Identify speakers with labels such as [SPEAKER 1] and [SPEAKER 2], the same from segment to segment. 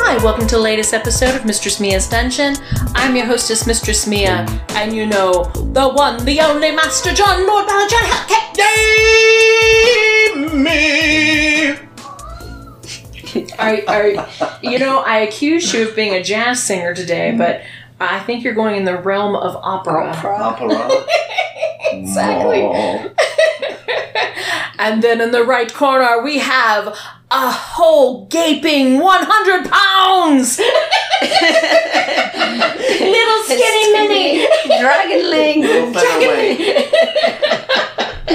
[SPEAKER 1] Hi, welcome to the latest episode of Mistress Mia's Dungeon. I'm your hostess, Mistress Mia, and you know, the one, the only Master John, Lord Bella John Hotcake Me! I, I, you know, I accused you of being a jazz singer today, but I think you're going in the realm of opera.
[SPEAKER 2] Opera.
[SPEAKER 1] Exactly.
[SPEAKER 2] Mall.
[SPEAKER 1] And then in the right corner, we have a whole gaping 100 pounds! Little skinny mini!
[SPEAKER 2] Little
[SPEAKER 3] Dragonling!
[SPEAKER 2] featherweight.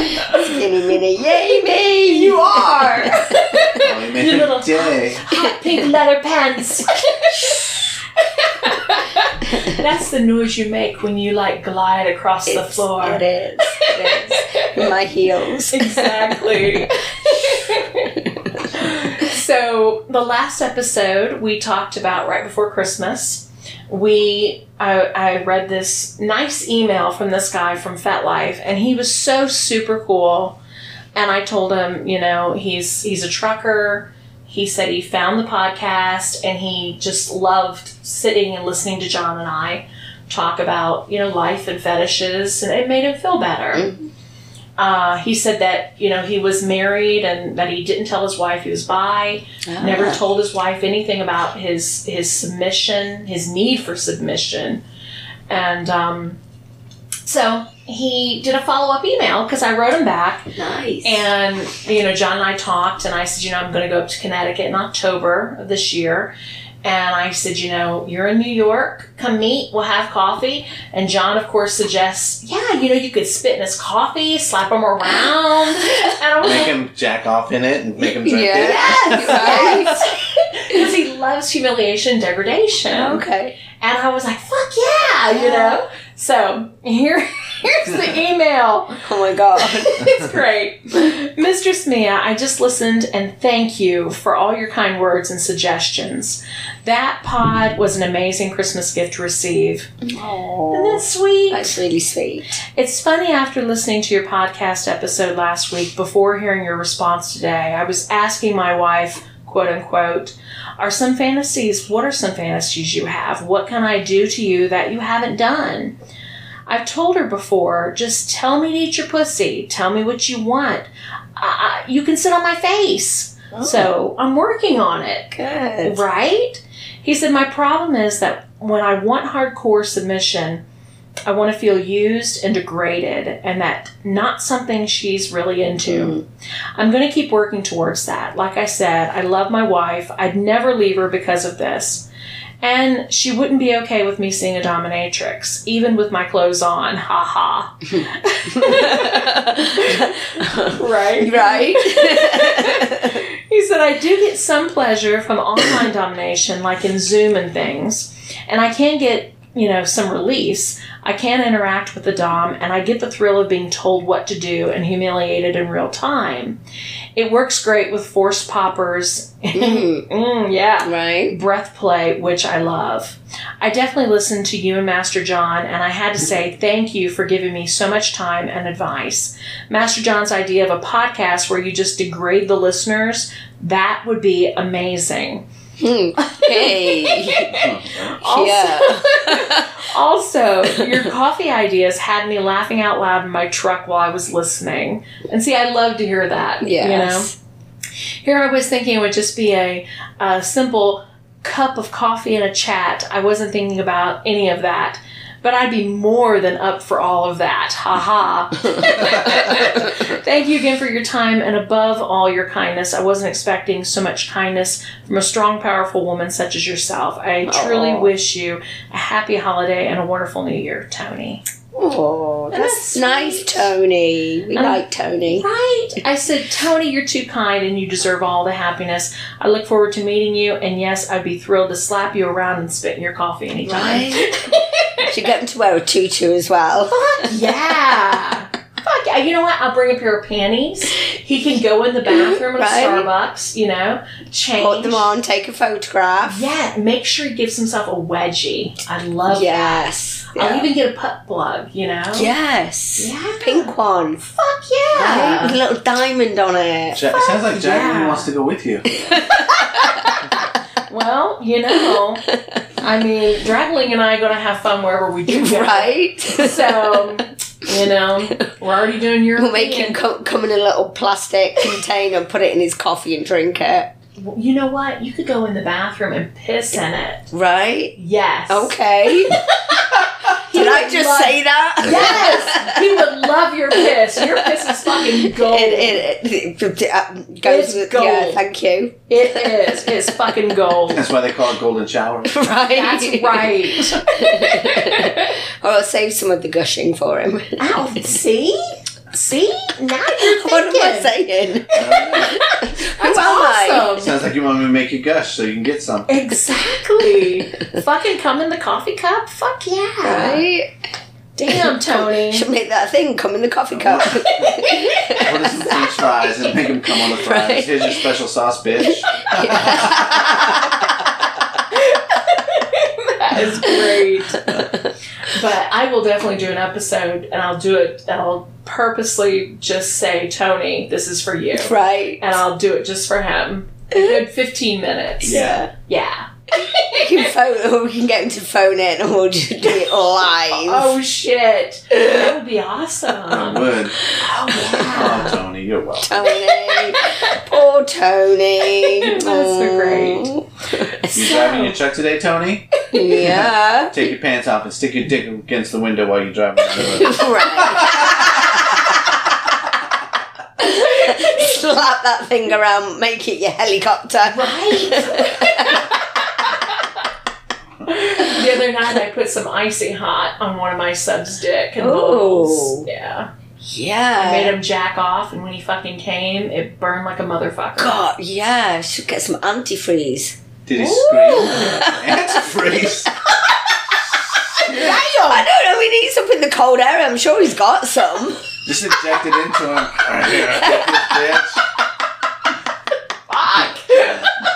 [SPEAKER 3] Skinny mini, yay me! You are!
[SPEAKER 2] Only made
[SPEAKER 1] You
[SPEAKER 2] a
[SPEAKER 1] little-
[SPEAKER 2] day.
[SPEAKER 1] hot pink leather pants. That's the noise you make when you like glide across the floor.
[SPEAKER 3] It is. It is. My heels.
[SPEAKER 1] Exactly. so, the last episode we talked about right before Christmas. We, I, I read this nice email from this guy from FetLife, and he was so super cool. And I told him, you know, he's he's a trucker. He said he found the podcast and he just loved sitting and listening to John and I talk about you know life and fetishes, and it made him feel better. Uh, he said that you know he was married and that he didn't tell his wife he was bi.
[SPEAKER 3] Ah,
[SPEAKER 1] Never told his wife anything about his his submission, his need for submission, and um, so he did a follow up email because I wrote him back
[SPEAKER 3] Nice.
[SPEAKER 1] and you know John and I talked and I said you know I'm going to go up to Connecticut in October of this year. And I said, you know, you're in New York. Come meet. We'll have coffee. And John, of course, suggests, yeah, you know, you could spit in his coffee, slap him around. And I was
[SPEAKER 2] Make
[SPEAKER 1] like,
[SPEAKER 2] him jack off in it and make him drink
[SPEAKER 3] Yes!
[SPEAKER 1] because he loves humiliation, degradation.
[SPEAKER 3] Right? okay.
[SPEAKER 1] And I was like, fuck yeah, you know? So here, here's the email.
[SPEAKER 3] Oh my god.
[SPEAKER 1] It's great. Mistress Mia, I just listened and thank you for all your kind words and suggestions. That pod was an amazing Christmas gift to receive. Isn't
[SPEAKER 3] Oh,
[SPEAKER 1] that sweet?
[SPEAKER 3] that's really sweet.
[SPEAKER 1] It's funny after listening to your podcast episode last week, before hearing your response today, I was asking my wife, quote unquote, are some fantasies, what are some fantasies you have? What can I do to you that you haven't done? I've told her before, just tell me to eat your pussy, tell me what you want. I, I, you can sit on my face.
[SPEAKER 3] Oh.
[SPEAKER 1] So I'm working on it.
[SPEAKER 3] Good.
[SPEAKER 1] Right? He said, My problem is that when I want hardcore submission, I want to feel used and degraded, and that not something she's really into. I'm going to keep working towards that. Like I said, I love my wife. I'd never leave her because of this. And she wouldn't be okay with me seeing a dominatrix, even with my clothes on. Ha ha. Right?
[SPEAKER 3] right?
[SPEAKER 1] He said, I do get some pleasure from online domination, like in Zoom and things, and I can get, you know, some release. I can interact with the Dom, and I get the thrill of being told what to do and humiliated in real time. It works great with force poppers. mm, yeah
[SPEAKER 3] right?
[SPEAKER 1] breath play, which I love. I definitely listened to you and Master John, and I had to say thank you for giving me so much time and advice. Master John's idea of a podcast where you just degrade the listeners, that would be amazing.
[SPEAKER 3] Hmm. Hey.
[SPEAKER 1] Also,
[SPEAKER 3] Yeah.
[SPEAKER 1] also, your coffee ideas had me laughing out loud in my truck while I was listening. And see, I love to hear that. You know?
[SPEAKER 3] Yes.
[SPEAKER 1] Here I was thinking it would just be a, a simple cup of coffee and a chat. I wasn't thinking about any of that. But I'd be more than up for all of that. Ha ha. Thank you again for your time and above all your kindness. I wasn't expecting so much kindness from a strong, powerful woman such as yourself. I truly
[SPEAKER 3] Aw.
[SPEAKER 1] wish you a happy holiday and a wonderful new year, Tony.
[SPEAKER 3] Oh,
[SPEAKER 1] Isn't that
[SPEAKER 3] that's nice,
[SPEAKER 1] sweet?
[SPEAKER 3] Tony. We
[SPEAKER 1] Um,
[SPEAKER 3] like Tony.
[SPEAKER 1] Right? I said, Tony, you're too kind and you deserve all the happiness. I look forward to meeting you, and yes, I'd be thrilled to slap you around and spit in your coffee anytime.
[SPEAKER 3] she got him to wear a tutu as well.
[SPEAKER 1] Fuck yeah! Fuck yeah. You know what? I'll bring a pair of panties He can go in the bathroom at
[SPEAKER 3] Right.
[SPEAKER 1] Starbucks, you know, change.
[SPEAKER 3] Put them on, take a photograph.
[SPEAKER 1] Yeah, make sure he gives himself a wedgie. I love
[SPEAKER 3] Yes.
[SPEAKER 1] that. I'll even get a putt plug, you know?
[SPEAKER 3] yes.
[SPEAKER 1] Yeah.
[SPEAKER 3] Pink one.
[SPEAKER 1] Fuck yeah.
[SPEAKER 3] Right? With a little diamond on it.
[SPEAKER 2] Jack, it sounds like Jack
[SPEAKER 1] Yeah.
[SPEAKER 2] really wants to go with you.
[SPEAKER 1] Well, you know, I mean, Dragling and I are going to have fun wherever we do go.
[SPEAKER 3] Right?
[SPEAKER 1] So, you know, we're already doing your.
[SPEAKER 3] We'll make him co- come in a little plastic container, put it in his coffee, and drink it.
[SPEAKER 1] You know what? You could go in the bathroom and piss in it.
[SPEAKER 3] Right?
[SPEAKER 1] Yes.
[SPEAKER 3] Okay. Oh, Did I just
[SPEAKER 1] Like-
[SPEAKER 3] say that?
[SPEAKER 1] Yes! he would love your piss. Your piss is fucking gold.
[SPEAKER 3] It, it, it, it uh, goes
[SPEAKER 1] It's
[SPEAKER 3] with yeah.
[SPEAKER 1] gold.
[SPEAKER 3] Thank you.
[SPEAKER 1] it is. It's fucking gold.
[SPEAKER 2] That's why they call it golden shower.
[SPEAKER 3] Right.
[SPEAKER 1] That's right.
[SPEAKER 3] or I'll save some of the gushing for him.
[SPEAKER 1] Ow, see? See? Now you're thinking.
[SPEAKER 3] What am I saying?
[SPEAKER 2] Uh,
[SPEAKER 3] Who am I?
[SPEAKER 1] awesome.
[SPEAKER 2] sounds like you want me to make you gush so you can get some.
[SPEAKER 1] Exactly. fucking come in the coffee cup? Fuck yeah.
[SPEAKER 3] Right?
[SPEAKER 1] Damn, Tony.
[SPEAKER 3] Should make that thing come in the coffee cup.
[SPEAKER 2] Put in some french fries and make him come on the fries.
[SPEAKER 3] Right.
[SPEAKER 2] Here's your special sauce, bitch.
[SPEAKER 1] that is great. But I will definitely do an episode and I'll do it and I'll purposely just say, Tony, this is for you.
[SPEAKER 3] right.
[SPEAKER 1] And I'll do it just for him. A good 15 minutes.
[SPEAKER 2] Yeah.
[SPEAKER 1] Yeah.
[SPEAKER 3] We can phone, or we can get him to phone it, and we'll just do it live.
[SPEAKER 1] Oh, shit. That would be awesome.
[SPEAKER 2] I would.
[SPEAKER 1] Oh,
[SPEAKER 2] Oh,
[SPEAKER 1] yeah.
[SPEAKER 2] Tony, you're welcome.
[SPEAKER 3] Tony, poor Tony.
[SPEAKER 1] That's so great.
[SPEAKER 2] You driving your truck today, Tony?
[SPEAKER 3] Yeah.
[SPEAKER 2] Take your pants off and stick your dick against the window while you're driving. down the road.
[SPEAKER 3] right. Slap that thing around, make it your helicopter.
[SPEAKER 1] Right. the other night, I put some icy hot on one of my subs' dick and
[SPEAKER 3] Ooh.
[SPEAKER 1] balls. Yeah, I made
[SPEAKER 3] Yeah.
[SPEAKER 1] him jack off, and when he fucking came, it burned like a motherfucker.
[SPEAKER 3] God, yeah. Should get some antifreeze.
[SPEAKER 2] Did he
[SPEAKER 1] Ooh.
[SPEAKER 2] scream? Antifreeze.
[SPEAKER 3] I don't know. He needs something in the cold air. I'm sure he's got some.
[SPEAKER 2] Just inject it into him. Right here, get this bitch.
[SPEAKER 1] Fuck.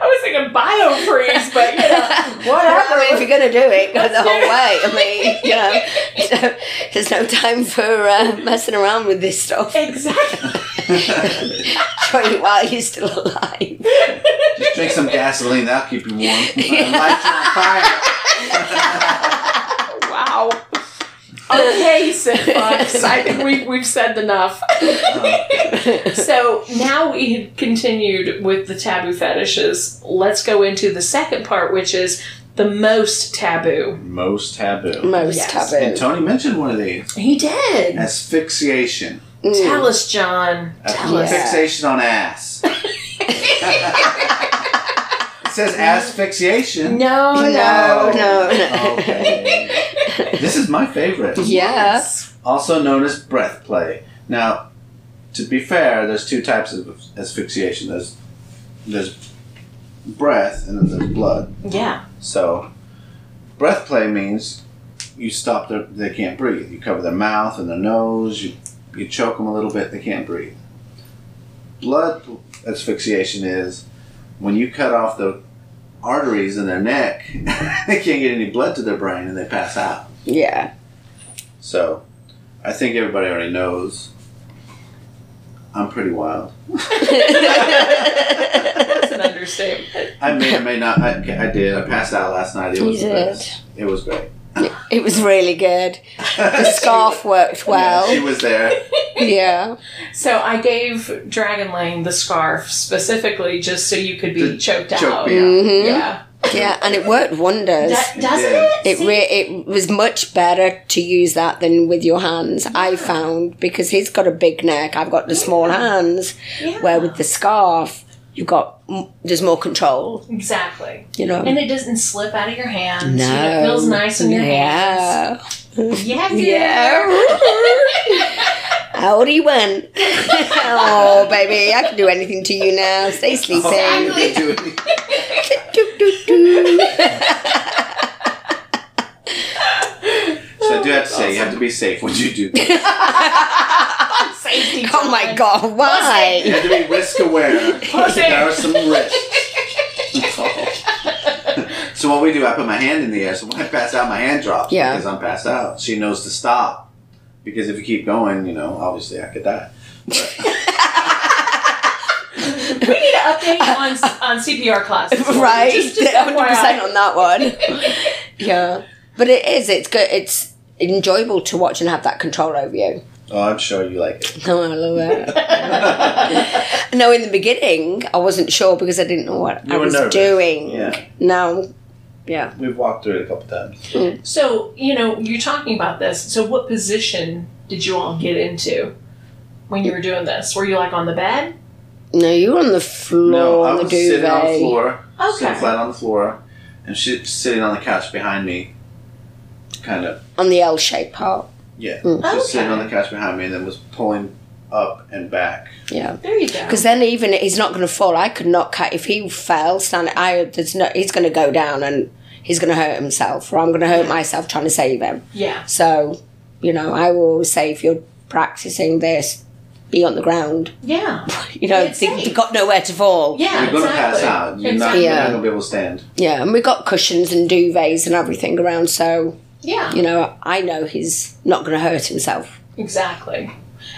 [SPEAKER 1] I was thinking biofreeze, but you know, whatever.
[SPEAKER 3] I mean, if you're gonna do it, go the whole way. I mean, you know, there's no time for uh, messing around with this stuff.
[SPEAKER 1] Exactly.
[SPEAKER 3] Try it while you're still alive.
[SPEAKER 2] Just drink some gasoline. That'll keep you warm. Lights on fire.
[SPEAKER 1] Wow. Okay, Sid Fox. I think we, we've said enough.
[SPEAKER 2] Uh-huh.
[SPEAKER 1] So now we have continued with the taboo fetishes. Let's go into the second part, which is the most taboo.
[SPEAKER 2] Most taboo.
[SPEAKER 3] Most
[SPEAKER 1] Yes.
[SPEAKER 3] taboo.
[SPEAKER 2] And Tony mentioned one of these.
[SPEAKER 1] He did.
[SPEAKER 2] Asphyxiation.
[SPEAKER 3] Mm.
[SPEAKER 1] Tell us, John. Tell
[SPEAKER 3] Yeah.
[SPEAKER 1] us.
[SPEAKER 2] Fixation on ass. it says asphyxiation.
[SPEAKER 1] No,
[SPEAKER 3] Oh, No,
[SPEAKER 1] no.
[SPEAKER 3] no, no.
[SPEAKER 2] Oh, Okay. This is my favorite.
[SPEAKER 3] Yeah.
[SPEAKER 2] Also known as breath play. Now, to be fair, there's two types of asphyxiation. There's there's breath and then there's blood.
[SPEAKER 1] Yeah.
[SPEAKER 2] So, breath play means you stop their they can't breathe. You cover their mouth and their nose. You you choke them a little bit. They can't breathe. Blood asphyxiation is when you cut off the arteries in their neck. they can't get any blood to their brain and they pass out.
[SPEAKER 3] Yeah.
[SPEAKER 2] So, I think everybody already knows. I'm pretty wild.
[SPEAKER 1] That's an understatement.
[SPEAKER 2] I may or may not. I, I did. I passed out last night. It
[SPEAKER 3] You
[SPEAKER 2] was the
[SPEAKER 3] did.
[SPEAKER 2] best. It was great.
[SPEAKER 3] It was really good. The scarf worked
[SPEAKER 2] Yeah, she
[SPEAKER 3] well.
[SPEAKER 2] was there.
[SPEAKER 3] Yeah.
[SPEAKER 1] So I gave Dragon Lane the scarf specifically just so you could be
[SPEAKER 2] To
[SPEAKER 1] choked
[SPEAKER 2] choke
[SPEAKER 1] out.
[SPEAKER 2] me out.
[SPEAKER 3] Mhm.
[SPEAKER 1] Yeah.
[SPEAKER 3] Yeah, and it worked wonders.
[SPEAKER 1] That, doesn't
[SPEAKER 2] Yeah.
[SPEAKER 1] it?
[SPEAKER 3] It re- it was much better to use that than with your hands. I found because he's got a big neck, I've got the small hands.
[SPEAKER 1] Yeah.
[SPEAKER 3] Where with the scarf, you got m- there's more control.
[SPEAKER 1] Exactly.
[SPEAKER 3] You know.
[SPEAKER 1] And it doesn't slip out of your hands.
[SPEAKER 3] no,
[SPEAKER 1] and It feels nice in your hands.
[SPEAKER 3] yeah.
[SPEAKER 1] Yeah.
[SPEAKER 3] Yeah. Out he went. oh, baby, I can do anything to you now. Stay sleeping.
[SPEAKER 2] Oh, you did do it.
[SPEAKER 3] Doo, doo, doo.
[SPEAKER 2] So I do have to say, you have to be safe when you do that.
[SPEAKER 1] Safety see.
[SPEAKER 3] Oh my god, why?
[SPEAKER 2] You have to be risk aware.
[SPEAKER 1] Pussy.
[SPEAKER 2] There are some risks. so what we do, I put my hand in the air. So when I pass out, my hand drops
[SPEAKER 3] Yeah.
[SPEAKER 2] because I'm passed out. She knows to stop because if you keep going, you know, obviously I could die.
[SPEAKER 1] We need an update on on CPR classes.
[SPEAKER 3] right?
[SPEAKER 1] Just, just
[SPEAKER 3] Hundred
[SPEAKER 1] FYI.
[SPEAKER 3] percent on that one. yeah, but it is. It's good. It's enjoyable to watch and have that control over you.
[SPEAKER 2] Oh, I'm sure you like it.
[SPEAKER 3] Oh, I love it. no, in the beginning, I wasn't sure because I didn't know what
[SPEAKER 2] You
[SPEAKER 3] I
[SPEAKER 2] were
[SPEAKER 3] was
[SPEAKER 2] nervous.
[SPEAKER 3] doing.
[SPEAKER 2] Yeah.
[SPEAKER 3] Now, yeah.
[SPEAKER 2] We've walked through it a couple times.
[SPEAKER 1] So, you know, you're talking about this. So, what position did you all get into when you were doing this? Were you like on the bed?
[SPEAKER 3] No, you were on the floor
[SPEAKER 2] No, I
[SPEAKER 3] on the
[SPEAKER 2] was
[SPEAKER 3] duvet.
[SPEAKER 2] sitting on the floor, sitting
[SPEAKER 1] Okay.
[SPEAKER 2] flat on the floor, and she's sitting on the couch behind me, kind of.
[SPEAKER 3] on the L shaped part.
[SPEAKER 2] Yeah,
[SPEAKER 3] Mm.
[SPEAKER 2] just sitting
[SPEAKER 1] Okay.
[SPEAKER 2] on the couch behind me, and then was pulling up and back.
[SPEAKER 3] Yeah.
[SPEAKER 1] There you go.
[SPEAKER 3] Because then, even he's not going to fall. I could not cut if he fell. Stand, I there's no. He's going to go down and he's going to hurt himself, or I'm going to hurt myself trying to save him.
[SPEAKER 1] Yeah.
[SPEAKER 3] So, you know, I will always say if you're practicing this, be on the ground.
[SPEAKER 1] Yeah.
[SPEAKER 3] You know,
[SPEAKER 1] It's
[SPEAKER 3] think
[SPEAKER 1] safe.
[SPEAKER 3] you've got nowhere to fall.
[SPEAKER 1] Yeah.
[SPEAKER 2] You're going to pass
[SPEAKER 1] exactly.
[SPEAKER 2] out. You're not,
[SPEAKER 1] Exactly.
[SPEAKER 2] you're
[SPEAKER 3] Yeah.
[SPEAKER 2] not going to be able to stand.
[SPEAKER 3] Yeah, and we've got cushions and duvets and everything around, so,
[SPEAKER 1] Yeah.
[SPEAKER 3] you know, I know he's not going to hurt himself.
[SPEAKER 1] Exactly.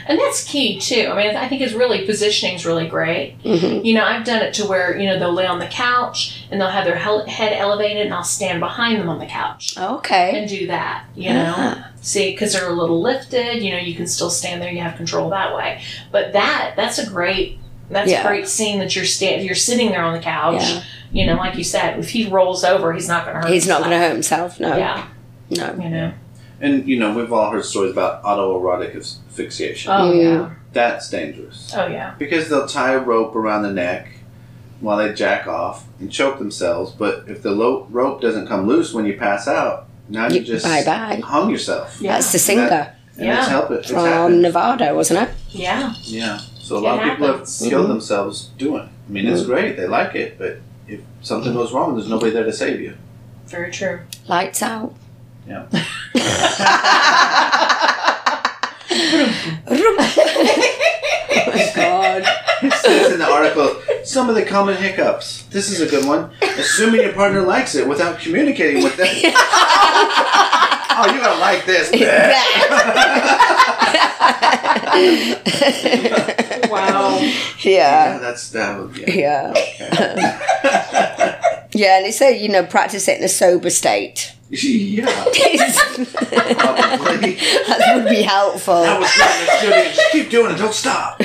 [SPEAKER 1] And that's key too. I mean, I think it's really positioning's really great.
[SPEAKER 3] Mhm.
[SPEAKER 1] You know, I've done it to where you know they'll lay on the couch and they'll have their hel- head elevated, and I'll stand behind them on the couch
[SPEAKER 3] Okay.
[SPEAKER 1] and do that. You know,
[SPEAKER 3] Yeah.
[SPEAKER 1] see, because they're a little lifted. You know, you can still stand there. You have control that way. But that that's a great that's
[SPEAKER 3] Yeah.
[SPEAKER 1] a great scene that you're stand you're sitting there on the couch.
[SPEAKER 3] Yeah.
[SPEAKER 1] You know, like you said, if he rolls over, he's not going to hurt.
[SPEAKER 3] He's not going to
[SPEAKER 1] himself.
[SPEAKER 3] hurt himself,
[SPEAKER 2] Oh.
[SPEAKER 3] no.
[SPEAKER 1] Yeah.
[SPEAKER 3] No.
[SPEAKER 1] You know.
[SPEAKER 2] And you know, we've all heard stories about autoerotic asphyxiation.
[SPEAKER 1] Oh
[SPEAKER 3] Mm.
[SPEAKER 1] yeah.
[SPEAKER 2] That's dangerous
[SPEAKER 1] Oh yeah.
[SPEAKER 2] because they'll tie a rope around the neck while they jack off and choke themselves. But if the lo- rope doesn't come loose when you pass out, now you,
[SPEAKER 3] You-
[SPEAKER 2] just
[SPEAKER 3] bye-bye.
[SPEAKER 2] hung yourself.
[SPEAKER 1] Yeah.
[SPEAKER 3] That's the singer
[SPEAKER 2] And
[SPEAKER 1] Yeah.
[SPEAKER 2] it's help it. It's
[SPEAKER 3] from
[SPEAKER 2] happened.
[SPEAKER 3] Nevada, wasn't it?
[SPEAKER 1] yeah.
[SPEAKER 2] Yeah. So a
[SPEAKER 1] It
[SPEAKER 2] lot of people have
[SPEAKER 1] happens.
[SPEAKER 2] killed
[SPEAKER 3] Mhm.
[SPEAKER 2] themselves doing. it. I mean,
[SPEAKER 3] Mm-hmm.
[SPEAKER 2] it's great. They like it, but if something goes wrong, there's nobody there to save you.
[SPEAKER 1] Very true.
[SPEAKER 3] Lights out.
[SPEAKER 2] Yeah.
[SPEAKER 3] Oh, God.
[SPEAKER 2] It says in the article some of the common hiccups. This is a good one. Assuming your partner likes it without communicating with them. oh, you're gonna like this.
[SPEAKER 1] Wow.
[SPEAKER 2] yeah,
[SPEAKER 3] yeah.
[SPEAKER 2] that's that. Would, yeah.
[SPEAKER 3] Yeah.
[SPEAKER 2] Okay.
[SPEAKER 3] Yeah, and they say, you know, practice it in a sober state.
[SPEAKER 2] yeah,
[SPEAKER 3] that
[SPEAKER 2] probably.
[SPEAKER 3] would be
[SPEAKER 2] That
[SPEAKER 3] helpful.
[SPEAKER 2] was good. Let's do it. Just keep doing it. Don't stop.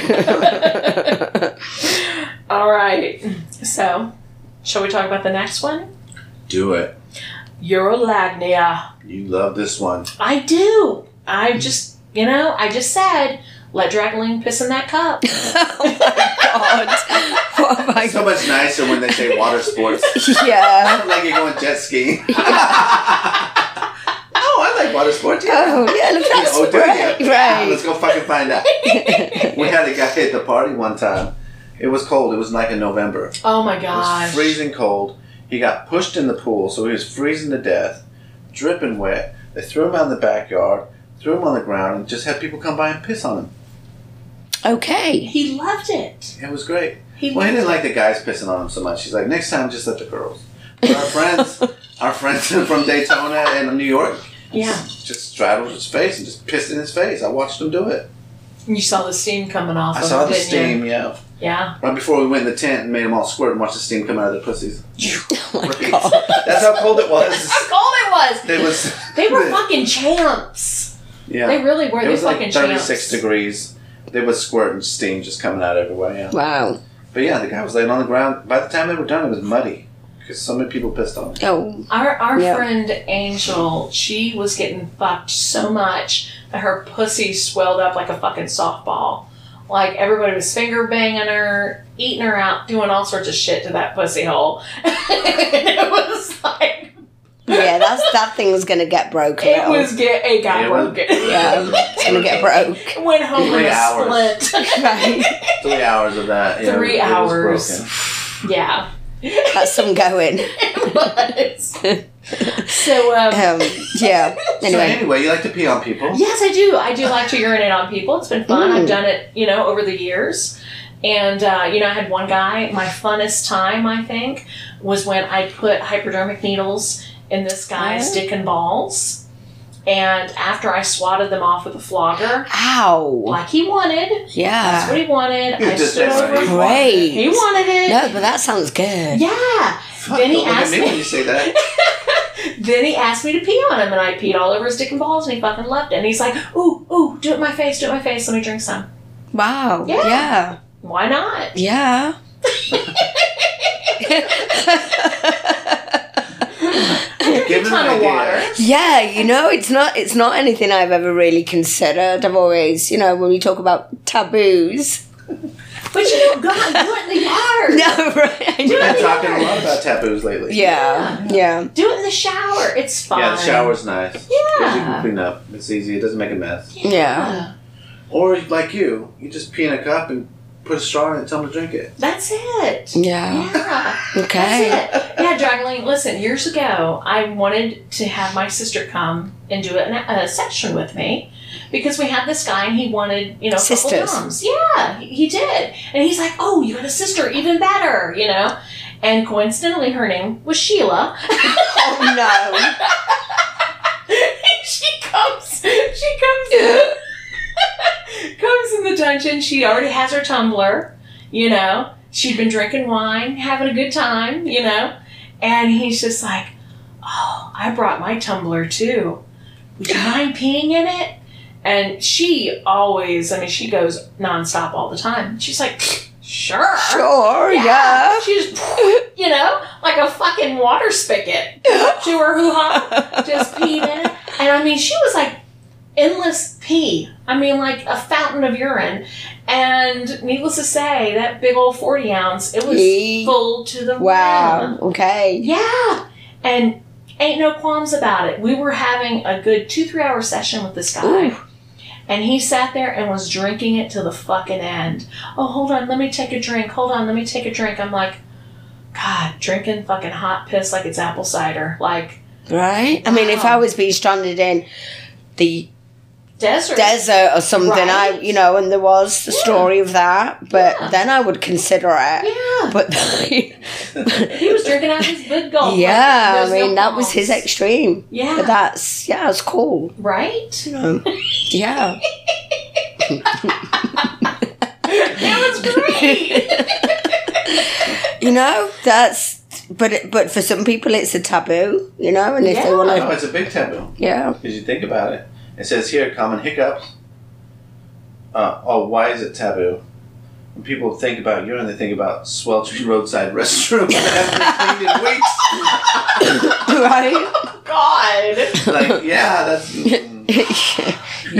[SPEAKER 1] All right. So, shall we talk about the next one?
[SPEAKER 2] Do it.
[SPEAKER 1] Urolagnia.
[SPEAKER 2] You love this one.
[SPEAKER 1] I do. I just, you know, I just said, let Dragling piss in that cup.
[SPEAKER 3] oh my god. Oh my
[SPEAKER 2] So much nicer when they say water sports.
[SPEAKER 3] god. Yeah.
[SPEAKER 2] like you're going jet skiing. oh, I like water sports. Yeah.
[SPEAKER 3] Oh yeah, look that's
[SPEAKER 2] oh, do
[SPEAKER 3] great.
[SPEAKER 2] you? Let's
[SPEAKER 3] Right.
[SPEAKER 2] go fucking find out. we had a guy at the party one time. It was cold. It was like in November. It
[SPEAKER 1] Oh my
[SPEAKER 2] was
[SPEAKER 1] gosh.
[SPEAKER 2] freezing cold. He got pushed in the pool, so he was freezing to death, dripping wet. They threw him out in the backyard, threw him on the ground, and just had people come by and piss on him.
[SPEAKER 3] Okay.
[SPEAKER 1] He loved it.
[SPEAKER 2] It was great.
[SPEAKER 1] He
[SPEAKER 2] Well, he
[SPEAKER 1] loved
[SPEAKER 2] didn't like the guys pissing on him so much. He's like, next time, just let the girls. But our
[SPEAKER 3] Oh,
[SPEAKER 2] friends, our friends from Daytona and New York,
[SPEAKER 1] Yeah.
[SPEAKER 2] just straddled his face and just pissed in his face. I watched them do it.
[SPEAKER 1] You saw the steam coming off
[SPEAKER 2] I
[SPEAKER 1] of
[SPEAKER 2] saw
[SPEAKER 1] him,
[SPEAKER 2] the
[SPEAKER 1] didn't You?
[SPEAKER 2] steam, yeah.
[SPEAKER 1] Oh, Yeah.
[SPEAKER 2] Right before we went in the tent and made them all squirt and watch the steam come out of their pussies.
[SPEAKER 3] Oh my god.
[SPEAKER 2] That's how cold it was.
[SPEAKER 1] How cold it was.
[SPEAKER 2] It was.
[SPEAKER 1] They were fucking champs.
[SPEAKER 2] Yeah.
[SPEAKER 1] They really were.
[SPEAKER 2] it
[SPEAKER 1] they
[SPEAKER 2] was like
[SPEAKER 1] fucking
[SPEAKER 2] 36
[SPEAKER 1] champs.
[SPEAKER 2] degrees. They was squirting steam just coming out everywhere. Yeah.
[SPEAKER 3] Wow.
[SPEAKER 2] But yeah, the guy was laying on the ground. By the time they were done, it was muddy because so many people pissed on him.
[SPEAKER 3] Oh
[SPEAKER 1] Our our
[SPEAKER 3] Yeah.
[SPEAKER 1] friend Angel, she was getting fucked so much that her pussy swelled up like a fucking softball. Like everybody was finger banging her, eating her out, doing all sorts of shit to that pussy hole. it was like
[SPEAKER 3] yeah, that's that thing's gonna get broken.
[SPEAKER 1] it was get it got
[SPEAKER 2] Yeah, it was-
[SPEAKER 1] broken. It
[SPEAKER 3] yeah, it's gonna get broke.
[SPEAKER 1] Went home with
[SPEAKER 2] Three
[SPEAKER 1] a
[SPEAKER 2] hours.
[SPEAKER 1] splint.
[SPEAKER 3] Right.
[SPEAKER 2] Three hours of that. yeah,
[SPEAKER 1] Three
[SPEAKER 2] it was
[SPEAKER 1] hours.
[SPEAKER 2] broken.
[SPEAKER 1] yeah.
[SPEAKER 3] That's some going.
[SPEAKER 1] It was. So, um,
[SPEAKER 3] Um, yeah.
[SPEAKER 2] So
[SPEAKER 3] Anyway,
[SPEAKER 2] anyway, you like to pee on people.
[SPEAKER 1] yes, I do. I do like to urinate on people. It's been fun.
[SPEAKER 3] Mm.
[SPEAKER 1] I've done it, you know, over the years. And, uh, you know, I had one guy, my funnest time, I think, was when I put hypodermic needles in this guy's
[SPEAKER 3] Oh.
[SPEAKER 1] dick and balls. And after I swatted them off with a flogger,
[SPEAKER 3] ow.
[SPEAKER 1] like he wanted, that's
[SPEAKER 3] Yeah.
[SPEAKER 1] what he wanted.
[SPEAKER 2] You
[SPEAKER 1] I
[SPEAKER 2] just
[SPEAKER 1] stood
[SPEAKER 2] said
[SPEAKER 1] over.
[SPEAKER 2] what he
[SPEAKER 1] him.
[SPEAKER 3] Great.
[SPEAKER 1] He wanted it.
[SPEAKER 3] No, but that sounds good.
[SPEAKER 1] Yeah.
[SPEAKER 2] Fuck,
[SPEAKER 1] Then he
[SPEAKER 2] don't look at
[SPEAKER 1] asked
[SPEAKER 2] me
[SPEAKER 1] me-
[SPEAKER 2] when you say that.
[SPEAKER 1] Then he asked me to pee on him, and I peed all over his dick and balls, and he fucking loved it. And he's like, "Ooh, ooh, do it in my face, do it in my face. Let me drink some.
[SPEAKER 3] Wow.
[SPEAKER 1] Yeah.
[SPEAKER 3] Yeah.
[SPEAKER 1] Why not?
[SPEAKER 3] Yeah.
[SPEAKER 2] Give
[SPEAKER 1] Give
[SPEAKER 2] it
[SPEAKER 1] a ton
[SPEAKER 2] an
[SPEAKER 1] of
[SPEAKER 2] idea.
[SPEAKER 1] water.
[SPEAKER 3] yeah, you know, it's not it's not anything I've ever really considered. I've always, you know, when we talk about taboos.
[SPEAKER 1] But you know, God, do it in the yard.
[SPEAKER 3] No, right. I
[SPEAKER 2] We've
[SPEAKER 3] know.
[SPEAKER 2] been talking a lot about taboos lately.
[SPEAKER 3] Yeah. Yeah.
[SPEAKER 1] Do it in the shower. It's fine.
[SPEAKER 2] Yeah, the shower's nice. Because you can
[SPEAKER 1] Yeah.
[SPEAKER 2] clean up. It's easy. It doesn't make a mess.
[SPEAKER 3] Yeah.
[SPEAKER 2] Or like you, you just pee in a cup and put a straw in it and tell them to drink it.
[SPEAKER 1] That's it.
[SPEAKER 3] Yeah.
[SPEAKER 1] Yeah.
[SPEAKER 3] Okay.
[SPEAKER 1] That's it. Yeah, Dragling, listen, years ago, I wanted to have my sister come and do an, a session with me because we had this guy and he wanted, you know, a couple
[SPEAKER 3] Sisters.
[SPEAKER 1] Doms. Yeah, he- he did. And he's like, oh, you got a sister, even better, you know? And coincidentally, her name was Sheila.
[SPEAKER 3] Oh no.
[SPEAKER 1] she comes, she comes, comes in the dungeon. She already has her tumbler, you know. She'd been drinking wine, having a good time, you know. And he's just like, "Oh, I brought my tumbler too. Would you mind peeing in it?" And she always, I mean, she goes nonstop all the time. She's like, "Sure."
[SPEAKER 3] Sure, yeah.
[SPEAKER 1] She just, you know, like a fucking water spigot to her hoo ha just peed in it. And I mean, she was like endless pee. I mean, like a fountain of urine. And needless to say, that big old 40 ounce, it was
[SPEAKER 3] Yee.
[SPEAKER 1] full to the
[SPEAKER 3] Wow.
[SPEAKER 1] rim.
[SPEAKER 3] Okay.
[SPEAKER 1] Yeah. And ain't no qualms about it. We were having a good two, three hour session with this guy.
[SPEAKER 3] Ooh.
[SPEAKER 1] And he sat there and was drinking it to the fucking end. Oh, hold on, let me take a drink. Hold on, let me take a drink. I'm like, God, drinking fucking hot piss like it's apple cider. Like,
[SPEAKER 3] Right? I mean, if
[SPEAKER 1] Wow.
[SPEAKER 3] I was being stranded in the
[SPEAKER 1] desert.
[SPEAKER 3] desert or something, I,
[SPEAKER 1] Right.
[SPEAKER 3] you know, and there was the story of that, but
[SPEAKER 1] Yeah.
[SPEAKER 3] then I would consider it.
[SPEAKER 1] yeah.
[SPEAKER 3] But
[SPEAKER 1] He was drinking out his big gulp. like,
[SPEAKER 3] yeah, I
[SPEAKER 1] Oh, there's no
[SPEAKER 3] mean, that was his
[SPEAKER 1] qualms.
[SPEAKER 3] extreme.
[SPEAKER 1] Yeah.
[SPEAKER 3] But that's, yeah, it's cool.
[SPEAKER 1] right?
[SPEAKER 3] You know, yeah.
[SPEAKER 1] That was great.
[SPEAKER 3] You know, that's, but it, but for some people it's a taboo, you know, and if they
[SPEAKER 1] Yeah.
[SPEAKER 3] want
[SPEAKER 2] No,
[SPEAKER 3] to,
[SPEAKER 2] Oh, it's a big taboo.
[SPEAKER 3] yeah.
[SPEAKER 2] Because you think about it. It says here, common hiccups. Uh, oh, why is it taboo? When people think about urine, they think about sweltering roadside restroom that haven't been cleaned in weeks.
[SPEAKER 3] right?
[SPEAKER 1] God.
[SPEAKER 2] Like, yeah, that's. mm.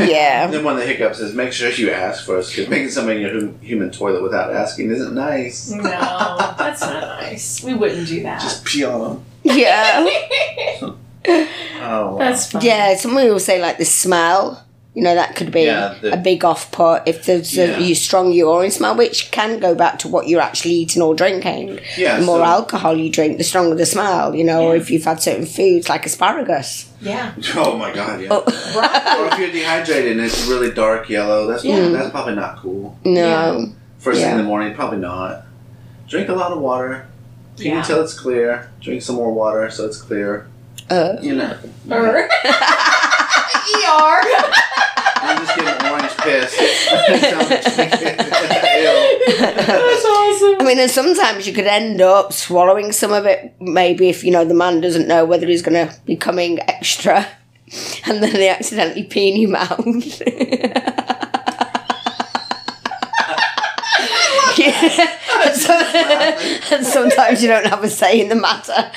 [SPEAKER 3] yeah.
[SPEAKER 2] then one of the hiccups is make sure you ask first, because making something in your hu- human toilet without asking isn't nice.
[SPEAKER 1] No, that's not nice. We wouldn't do that.
[SPEAKER 2] Just pee on
[SPEAKER 3] Yeah.
[SPEAKER 2] them. Oh, wow.
[SPEAKER 1] That's fine.
[SPEAKER 3] Uh, Yeah, somebody will say like the smell. You know that could be
[SPEAKER 2] Yeah, the-
[SPEAKER 3] a big off put if there's
[SPEAKER 2] Yeah.
[SPEAKER 3] a you strong urine smell, which can go back to what you're actually eating or drinking.
[SPEAKER 2] Yeah,
[SPEAKER 3] the more
[SPEAKER 2] so-
[SPEAKER 3] alcohol you drink, the stronger the smell. You know, or
[SPEAKER 1] Yeah.
[SPEAKER 3] if you've had certain foods like asparagus.
[SPEAKER 1] Yeah.
[SPEAKER 2] Oh my god, yeah.
[SPEAKER 1] Right.
[SPEAKER 2] Or if you're dehydrated and it's really dark yellow, that's
[SPEAKER 1] Yeah.
[SPEAKER 2] that's probably not cool.
[SPEAKER 3] No,
[SPEAKER 2] First thing in
[SPEAKER 3] Yeah.
[SPEAKER 2] the morning, probably not. Drink a lot of water. Pee
[SPEAKER 1] Yeah.
[SPEAKER 2] until it's clear. Drink some more water so it's clear.
[SPEAKER 3] uh,
[SPEAKER 2] You know.
[SPEAKER 1] Er.
[SPEAKER 3] E
[SPEAKER 1] ER.
[SPEAKER 2] I'm just getting orange piss. Ew.
[SPEAKER 1] That's awesome.
[SPEAKER 3] I mean, and sometimes you could end up swallowing some of it. Maybe if you know the man doesn't know whether he's going to be coming extra, and then they accidentally pee in your mouth. Yeah. And so- and sometimes you don't have a say in the matter.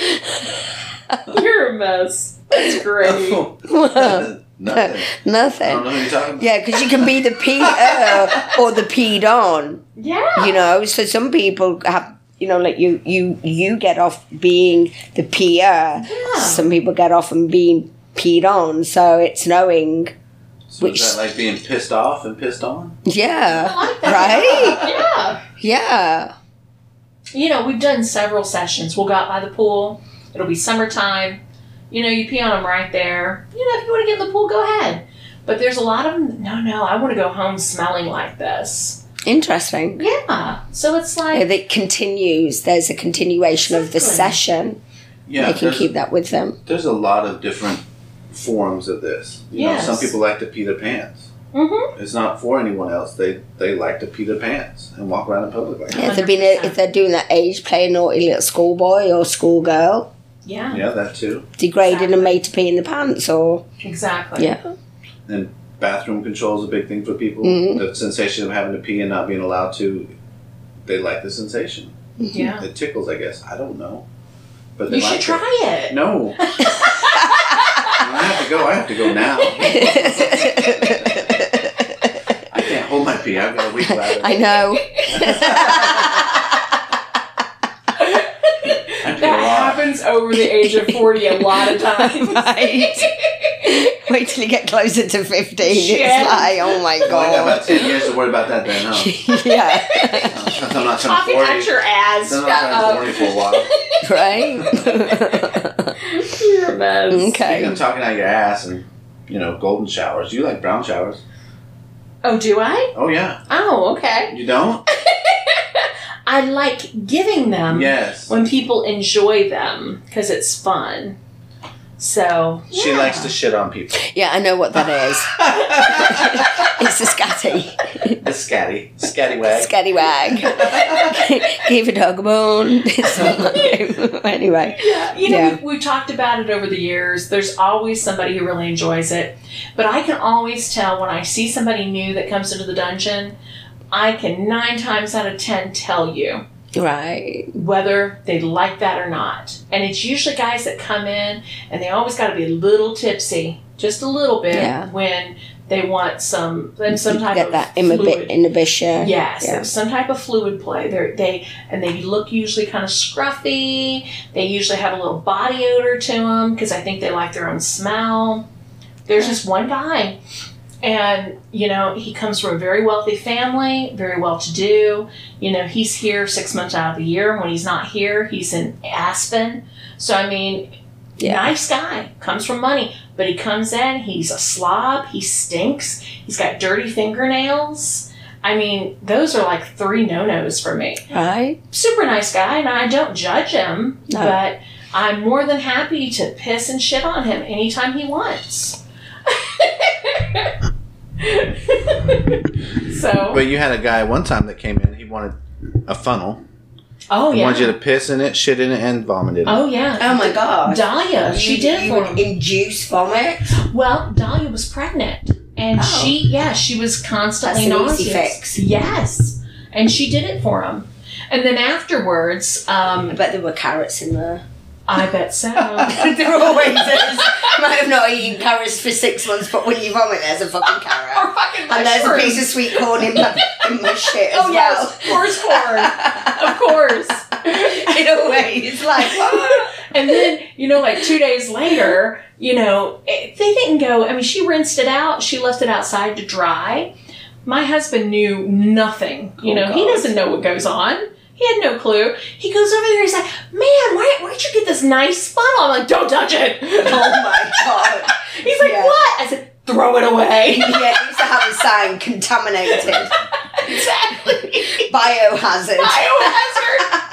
[SPEAKER 1] You're a mess. That's great.
[SPEAKER 2] Nothing. I don't
[SPEAKER 3] Nothing.
[SPEAKER 2] know who you're talking about.
[SPEAKER 3] Yeah, because you can be the peer or the peed on.
[SPEAKER 1] Yeah.
[SPEAKER 3] you know so some people have you know like you you you get off being the peer some people get off and being peed on so it's knowing
[SPEAKER 2] So
[SPEAKER 3] Which-
[SPEAKER 2] is that like being pissed off and pissed on?
[SPEAKER 3] yeah
[SPEAKER 1] I like that.
[SPEAKER 3] right
[SPEAKER 1] Yeah.
[SPEAKER 3] yeah
[SPEAKER 1] You know, we've done several sessions. We'll go out by the pool. It'll be summertime. You know, you pee on them right there. You know, if you want to get in the pool, go ahead. But there's a lot of them. No, no, I want to go home smelling like this.
[SPEAKER 3] Interesting.
[SPEAKER 1] Yeah. So it's like
[SPEAKER 3] If it continues, there's a continuation of the
[SPEAKER 1] Exactly.
[SPEAKER 3] session.
[SPEAKER 2] Yeah,
[SPEAKER 3] they can
[SPEAKER 2] there's,
[SPEAKER 3] keep that with them.
[SPEAKER 2] there's a lot of different forms of this. You
[SPEAKER 1] Yes.
[SPEAKER 2] know, some people like to pee their pants.
[SPEAKER 1] Mhm.
[SPEAKER 2] It's not for anyone else. They they like to pee their pants and walk around in public like that.
[SPEAKER 3] Yeah, if they're being a,
[SPEAKER 1] 100%.
[SPEAKER 3] if they're doing that age, playing naughty little schoolboy or schoolgirl,
[SPEAKER 1] yeah,
[SPEAKER 2] Yeah, that too.
[SPEAKER 3] degrading
[SPEAKER 1] Exactly.
[SPEAKER 3] and made to pee in the pants, or
[SPEAKER 1] exactly.
[SPEAKER 3] yeah,
[SPEAKER 2] Bathroom control is a big thing for people.
[SPEAKER 3] Mhm.
[SPEAKER 2] The sensation of having to pee and not being allowed to, they like the sensation.
[SPEAKER 1] Yeah.
[SPEAKER 2] It tickles, I guess. I don't know. But they
[SPEAKER 1] You
[SPEAKER 2] like
[SPEAKER 1] should
[SPEAKER 2] it.
[SPEAKER 1] try it.
[SPEAKER 2] No. When I have to go. I have to go now. I can't hold my pee. I've got a weak bladder.
[SPEAKER 3] I know.
[SPEAKER 2] I pee a
[SPEAKER 1] That
[SPEAKER 2] lot.
[SPEAKER 1] happens over the age of 40 a lot of times.
[SPEAKER 3] Right. Wait till you get closer to fifteen.
[SPEAKER 1] Yeah.
[SPEAKER 3] It's like, oh my
[SPEAKER 2] Well, I got about
[SPEAKER 3] god.
[SPEAKER 2] ten years to worry about that then, huh?
[SPEAKER 3] yeah.
[SPEAKER 2] I'm not turning
[SPEAKER 1] Coffee
[SPEAKER 2] forty.
[SPEAKER 1] at your ass.
[SPEAKER 2] Then I'm not turning forty for a while.
[SPEAKER 3] Right.
[SPEAKER 1] You're a mess.
[SPEAKER 2] Speaking
[SPEAKER 3] okay.
[SPEAKER 2] of talking out your ass and you know golden showers, you like brown showers?
[SPEAKER 1] Oh, do I?
[SPEAKER 2] Oh yeah,
[SPEAKER 1] Oh, okay.
[SPEAKER 2] you don't?
[SPEAKER 1] I like giving them
[SPEAKER 2] yes.
[SPEAKER 1] when people enjoy them because it's fun. So
[SPEAKER 2] She
[SPEAKER 1] yeah.
[SPEAKER 2] likes to shit on people.
[SPEAKER 3] Yeah, I know what that is.
[SPEAKER 2] the
[SPEAKER 3] It's a scatty.
[SPEAKER 2] scatty, scattywag.
[SPEAKER 3] Scallywag. Give a dog a bone. It's not my name. anyway.
[SPEAKER 1] Yeah, you know,
[SPEAKER 3] Yeah.
[SPEAKER 1] we've, we've talked about it over the years. There's always somebody who really enjoys it. But I can always tell when I see somebody new that comes into the dungeon, I can nine times out of ten tell you
[SPEAKER 3] Right.
[SPEAKER 1] whether they like that or not. And it's usually guys that come in and they always got to be a little tipsy, just a little bit,
[SPEAKER 3] Yeah.
[SPEAKER 1] when they want some, then some type
[SPEAKER 3] Get
[SPEAKER 1] of
[SPEAKER 3] that
[SPEAKER 1] fluid.
[SPEAKER 3] inhibi- inhibition.
[SPEAKER 1] Yes,
[SPEAKER 3] Yeah.
[SPEAKER 1] there's some type of fluid play. They're, they and they look usually kind of scruffy. They usually have a little body odor to them because I think they like their own smell. There's this one guy, and you know he comes from a very wealthy family, very well to do. You know he's here six months out of the year. When he's not here, he's in Aspen. So I mean,
[SPEAKER 3] Yeah.
[SPEAKER 1] nice guy, comes from money, but he comes in, he's a slob. He stinks. He's got dirty fingernails. I mean, those are like three no nos for me.
[SPEAKER 3] Right.
[SPEAKER 1] Super nice guy, and I don't judge him,
[SPEAKER 3] No.
[SPEAKER 1] but I'm more than happy to piss and shit on him anytime he wants. so,
[SPEAKER 2] But you had a guy one time that came in. He wanted a funnel.
[SPEAKER 1] oh
[SPEAKER 2] He
[SPEAKER 1] yeah,
[SPEAKER 2] wanted you to piss in it, shit in it, and vomit in it.
[SPEAKER 1] oh yeah,
[SPEAKER 3] Oh my god. uh,
[SPEAKER 1] Dahlia, she did it for him.
[SPEAKER 3] induce vomit.
[SPEAKER 1] Well, Dahlia was pregnant, and
[SPEAKER 3] Oh.
[SPEAKER 1] she yeah she was constantly
[SPEAKER 3] That's an
[SPEAKER 1] nauseous.
[SPEAKER 3] easy fix.
[SPEAKER 1] Yes, and she did it for him. And then afterwards, um,
[SPEAKER 3] bet there were carrots in there.
[SPEAKER 1] I bet so.
[SPEAKER 3] there always is. You might have not eaten carrots for six months, but when you vomit, there's a fucking carrot.
[SPEAKER 1] Or fucking
[SPEAKER 3] And there's a
[SPEAKER 1] mushrooms.
[SPEAKER 3] piece of sweet corn in my, in my shit as
[SPEAKER 1] Oh yes, of course corn, of course.
[SPEAKER 3] well. In a way, it's like, oh
[SPEAKER 1] and then you know, like two days later, you know, it, they didn't go. I mean, she rinsed it out. She left it outside to dry. My husband knew nothing. You
[SPEAKER 3] Oh,
[SPEAKER 1] know, he
[SPEAKER 3] God.
[SPEAKER 1] doesn't know what goes on. He had no clue. He goes over there. He's like, "Man, why why'd you get this nice funnel?" I'm like, "Don't touch it."
[SPEAKER 3] oh my god.
[SPEAKER 1] he's like,
[SPEAKER 3] Yeah.
[SPEAKER 1] "What?" I said, "Throw it away."
[SPEAKER 3] Yeah, it used to have a sign contaminated,
[SPEAKER 1] exactly.
[SPEAKER 3] biohazard.
[SPEAKER 1] Biohazard.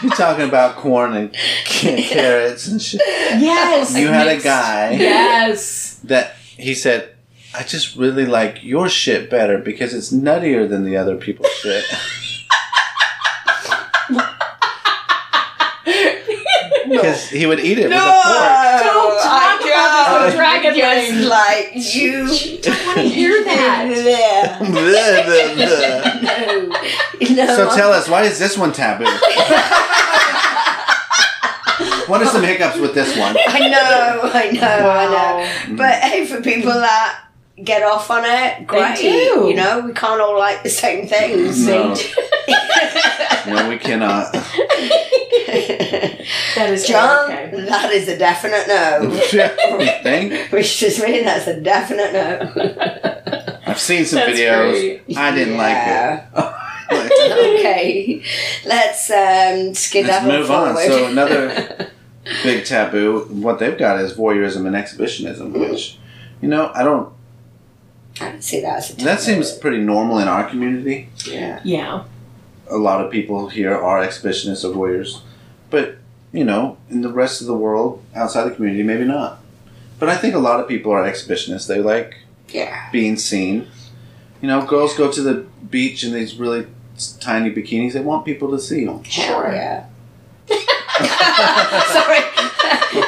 [SPEAKER 2] You're talking about corn and carrots and shit.
[SPEAKER 1] Yes.
[SPEAKER 2] You had a
[SPEAKER 1] Mixed.
[SPEAKER 2] guy.
[SPEAKER 1] Yes.
[SPEAKER 2] that he said, I just really like your shit better because it's nuttier than the other people's shit. Because he would eat it with a
[SPEAKER 1] Don't talk about this
[SPEAKER 2] God.
[SPEAKER 1] dragon
[SPEAKER 3] It's
[SPEAKER 1] thing.
[SPEAKER 3] like you.
[SPEAKER 1] I want to hear that.
[SPEAKER 3] There.
[SPEAKER 2] fork. Bleh, bleh, bleh.
[SPEAKER 3] No. No.
[SPEAKER 2] so tell us, why is this one taboo? what are some hiccups with this one?
[SPEAKER 3] I know, I know, I
[SPEAKER 1] Wow.
[SPEAKER 2] Mm.
[SPEAKER 3] know. But hey, for people that get off on it, great.
[SPEAKER 1] do.
[SPEAKER 3] You know, we can't all like the same things.
[SPEAKER 2] No, no, we cannot.
[SPEAKER 1] That is
[SPEAKER 3] John,
[SPEAKER 1] okay.
[SPEAKER 3] that is a definite no.
[SPEAKER 2] You think?
[SPEAKER 3] Which is me, that's a definite no.
[SPEAKER 2] I've seen some
[SPEAKER 1] That's
[SPEAKER 2] videos.
[SPEAKER 1] great.
[SPEAKER 2] I didn't
[SPEAKER 3] Yeah.
[SPEAKER 2] like it.
[SPEAKER 3] Okay, let's um, skedaddle
[SPEAKER 2] Let's move
[SPEAKER 3] forward.
[SPEAKER 2] on. So another big taboo. What they've got is voyeurism and exhibitionism, which, you know, I don't.
[SPEAKER 3] I don't see that as a
[SPEAKER 2] That
[SPEAKER 3] taboo.
[SPEAKER 2] seems pretty normal in our community.
[SPEAKER 3] Yeah.
[SPEAKER 1] Yeah.
[SPEAKER 2] A lot of people here are exhibitionists or voyeurs, but you know, in the rest of the world outside the community, maybe not. But I think a lot of people are exhibitionists. They like
[SPEAKER 3] Yeah.
[SPEAKER 2] being seen. You know, girls go to the beach in these really tiny bikinis. They want people to see them.
[SPEAKER 1] Sure.
[SPEAKER 3] Hell yeah. Sorry.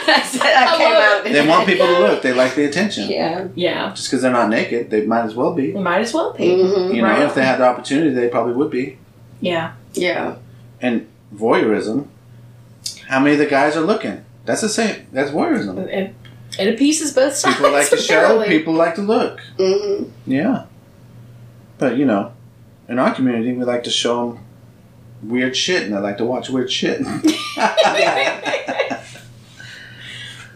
[SPEAKER 3] I said that
[SPEAKER 1] I
[SPEAKER 3] came
[SPEAKER 1] love
[SPEAKER 3] out.
[SPEAKER 2] They want people to look. They like the attention.
[SPEAKER 3] Yeah.
[SPEAKER 1] Yeah.
[SPEAKER 2] Just because they're not naked, they might as well be.
[SPEAKER 1] It might as well be.
[SPEAKER 3] hmm
[SPEAKER 2] You know,
[SPEAKER 1] Right.
[SPEAKER 2] if they had the opportunity, they probably would be.
[SPEAKER 1] Yeah.
[SPEAKER 3] Yeah.
[SPEAKER 2] And voyeurism. How many of the guys are looking? That's the same. That's voyeurism.
[SPEAKER 1] It, it appeases both sides.
[SPEAKER 2] People like to show.
[SPEAKER 1] apparently.
[SPEAKER 2] People like to look.
[SPEAKER 3] hmm
[SPEAKER 2] Yeah. But you know, in our community, we like to show them weird shit, and they like to watch weird shit. Um,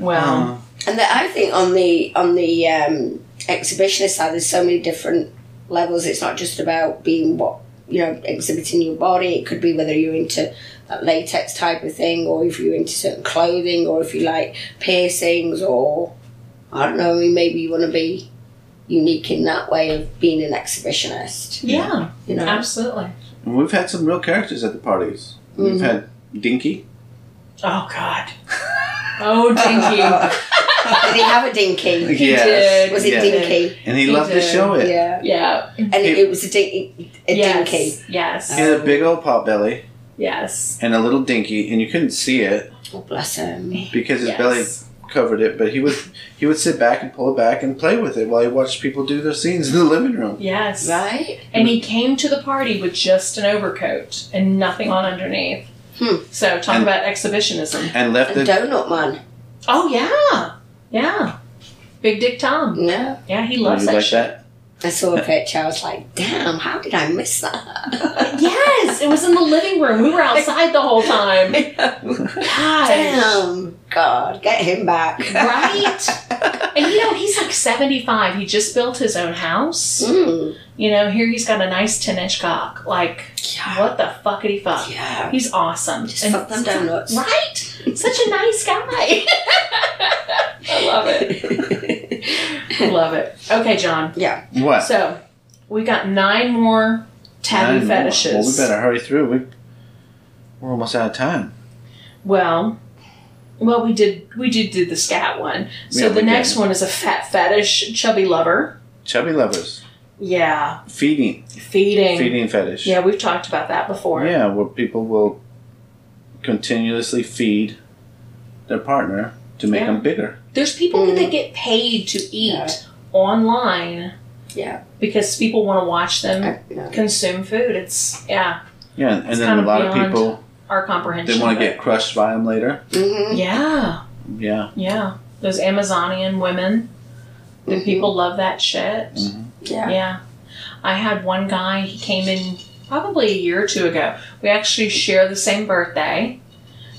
[SPEAKER 1] Well,
[SPEAKER 3] And the, I think on the on the um, exhibitionist side, there's so many different levels. It's not just about being what you know exhibiting your body. It could be whether you're into that latex type of thing, or if you're into certain clothing, or if you like piercings, or I don't know. I mean, maybe you want to be unique in that way of being an exhibitionist.
[SPEAKER 1] yeah,
[SPEAKER 3] You know,
[SPEAKER 1] absolutely.
[SPEAKER 2] And we've had some real characters at the parties. We've
[SPEAKER 3] Mhm.
[SPEAKER 1] Mm-hmm.
[SPEAKER 2] had Dinky.
[SPEAKER 1] Oh God. Oh, dinky.
[SPEAKER 3] did he have a dinky?
[SPEAKER 1] He did.
[SPEAKER 3] Was it
[SPEAKER 2] Yeah. Oh,
[SPEAKER 3] dinky?
[SPEAKER 2] And he,
[SPEAKER 1] He
[SPEAKER 2] loved to
[SPEAKER 1] did.
[SPEAKER 2] show it.
[SPEAKER 3] Yeah,
[SPEAKER 1] Yeah.
[SPEAKER 3] and it, it was a, din- a
[SPEAKER 1] yes.
[SPEAKER 3] dinky.
[SPEAKER 1] Yes.
[SPEAKER 2] He had a big old pot belly
[SPEAKER 1] Yes.
[SPEAKER 2] and a little dinky, and you couldn't see it
[SPEAKER 3] Oh, bless him.
[SPEAKER 2] because his
[SPEAKER 1] yes.
[SPEAKER 2] belly covered it. But he would he would sit back and pull it back and play with it while he watched people do their scenes in the living room.
[SPEAKER 1] Yes.
[SPEAKER 3] Right?
[SPEAKER 1] And he came to the party with just an overcoat and nothing on underneath.
[SPEAKER 3] Hmm.
[SPEAKER 1] So talk
[SPEAKER 2] And-
[SPEAKER 1] about exhibitionism.
[SPEAKER 2] And left
[SPEAKER 3] A
[SPEAKER 2] the
[SPEAKER 3] donut man.
[SPEAKER 1] Oh yeah, yeah. Big Dick Tom.
[SPEAKER 3] No.
[SPEAKER 1] Yeah, he loves
[SPEAKER 2] You
[SPEAKER 1] that
[SPEAKER 2] like
[SPEAKER 1] shit.
[SPEAKER 2] that?
[SPEAKER 3] I saw a picture. I was like, "Damn, how did I miss that?"
[SPEAKER 1] Yes, it was in the living room. We were outside the whole time. Gosh.
[SPEAKER 3] Damn, God, get him back.
[SPEAKER 1] Right? And you know, he's like 75. He just built his own house.
[SPEAKER 3] Mm.
[SPEAKER 1] You know, here he's got a nice 10 inch cock. Like,
[SPEAKER 3] Yeah.
[SPEAKER 1] what the fuckity fuck?
[SPEAKER 3] Yeah.
[SPEAKER 1] He's awesome.
[SPEAKER 3] Just fuck them donuts.
[SPEAKER 1] Right? Such a nice guy. I love it. I love it. Okay, John.
[SPEAKER 2] What?
[SPEAKER 1] So, we got nine more taboo
[SPEAKER 2] Nine more.
[SPEAKER 1] fetishes.
[SPEAKER 2] Well, we better hurry through. We we're almost out of time.
[SPEAKER 1] Well, well, we did we did do the scat one. So
[SPEAKER 2] Yeah,
[SPEAKER 1] the
[SPEAKER 2] we
[SPEAKER 1] next
[SPEAKER 2] did.
[SPEAKER 1] one is a fat fetish, chubby lover.
[SPEAKER 2] Chubby lovers
[SPEAKER 1] Yeah,
[SPEAKER 2] feeding
[SPEAKER 1] feeding.
[SPEAKER 2] feeding fetish.
[SPEAKER 1] Yeah, we've talked about that before.
[SPEAKER 2] Yeah, where people will continuously feed their partner to make
[SPEAKER 1] Yeah.
[SPEAKER 2] them bigger.
[SPEAKER 1] There's people
[SPEAKER 3] Mm.
[SPEAKER 1] that get paid to eat
[SPEAKER 3] Yeah.
[SPEAKER 1] online
[SPEAKER 3] Yeah.
[SPEAKER 1] because people want to watch them
[SPEAKER 3] I- no.
[SPEAKER 1] consume food. It's yeah,
[SPEAKER 2] Yeah, and
[SPEAKER 1] It's
[SPEAKER 2] then
[SPEAKER 1] kind
[SPEAKER 2] a
[SPEAKER 1] of
[SPEAKER 2] lot of
[SPEAKER 1] beyond
[SPEAKER 2] people
[SPEAKER 1] our comprehension.
[SPEAKER 2] they want
[SPEAKER 1] but-
[SPEAKER 2] to get crushed by them later.
[SPEAKER 3] Mhm.
[SPEAKER 1] Yeah,
[SPEAKER 2] Yeah,
[SPEAKER 1] yeah. Those Amazonian women. The
[SPEAKER 3] Mhm.
[SPEAKER 1] people love that shit.
[SPEAKER 3] Yeah.
[SPEAKER 1] Yeah. I had one guy, he came in probably a year or two ago. We actually share the same birthday,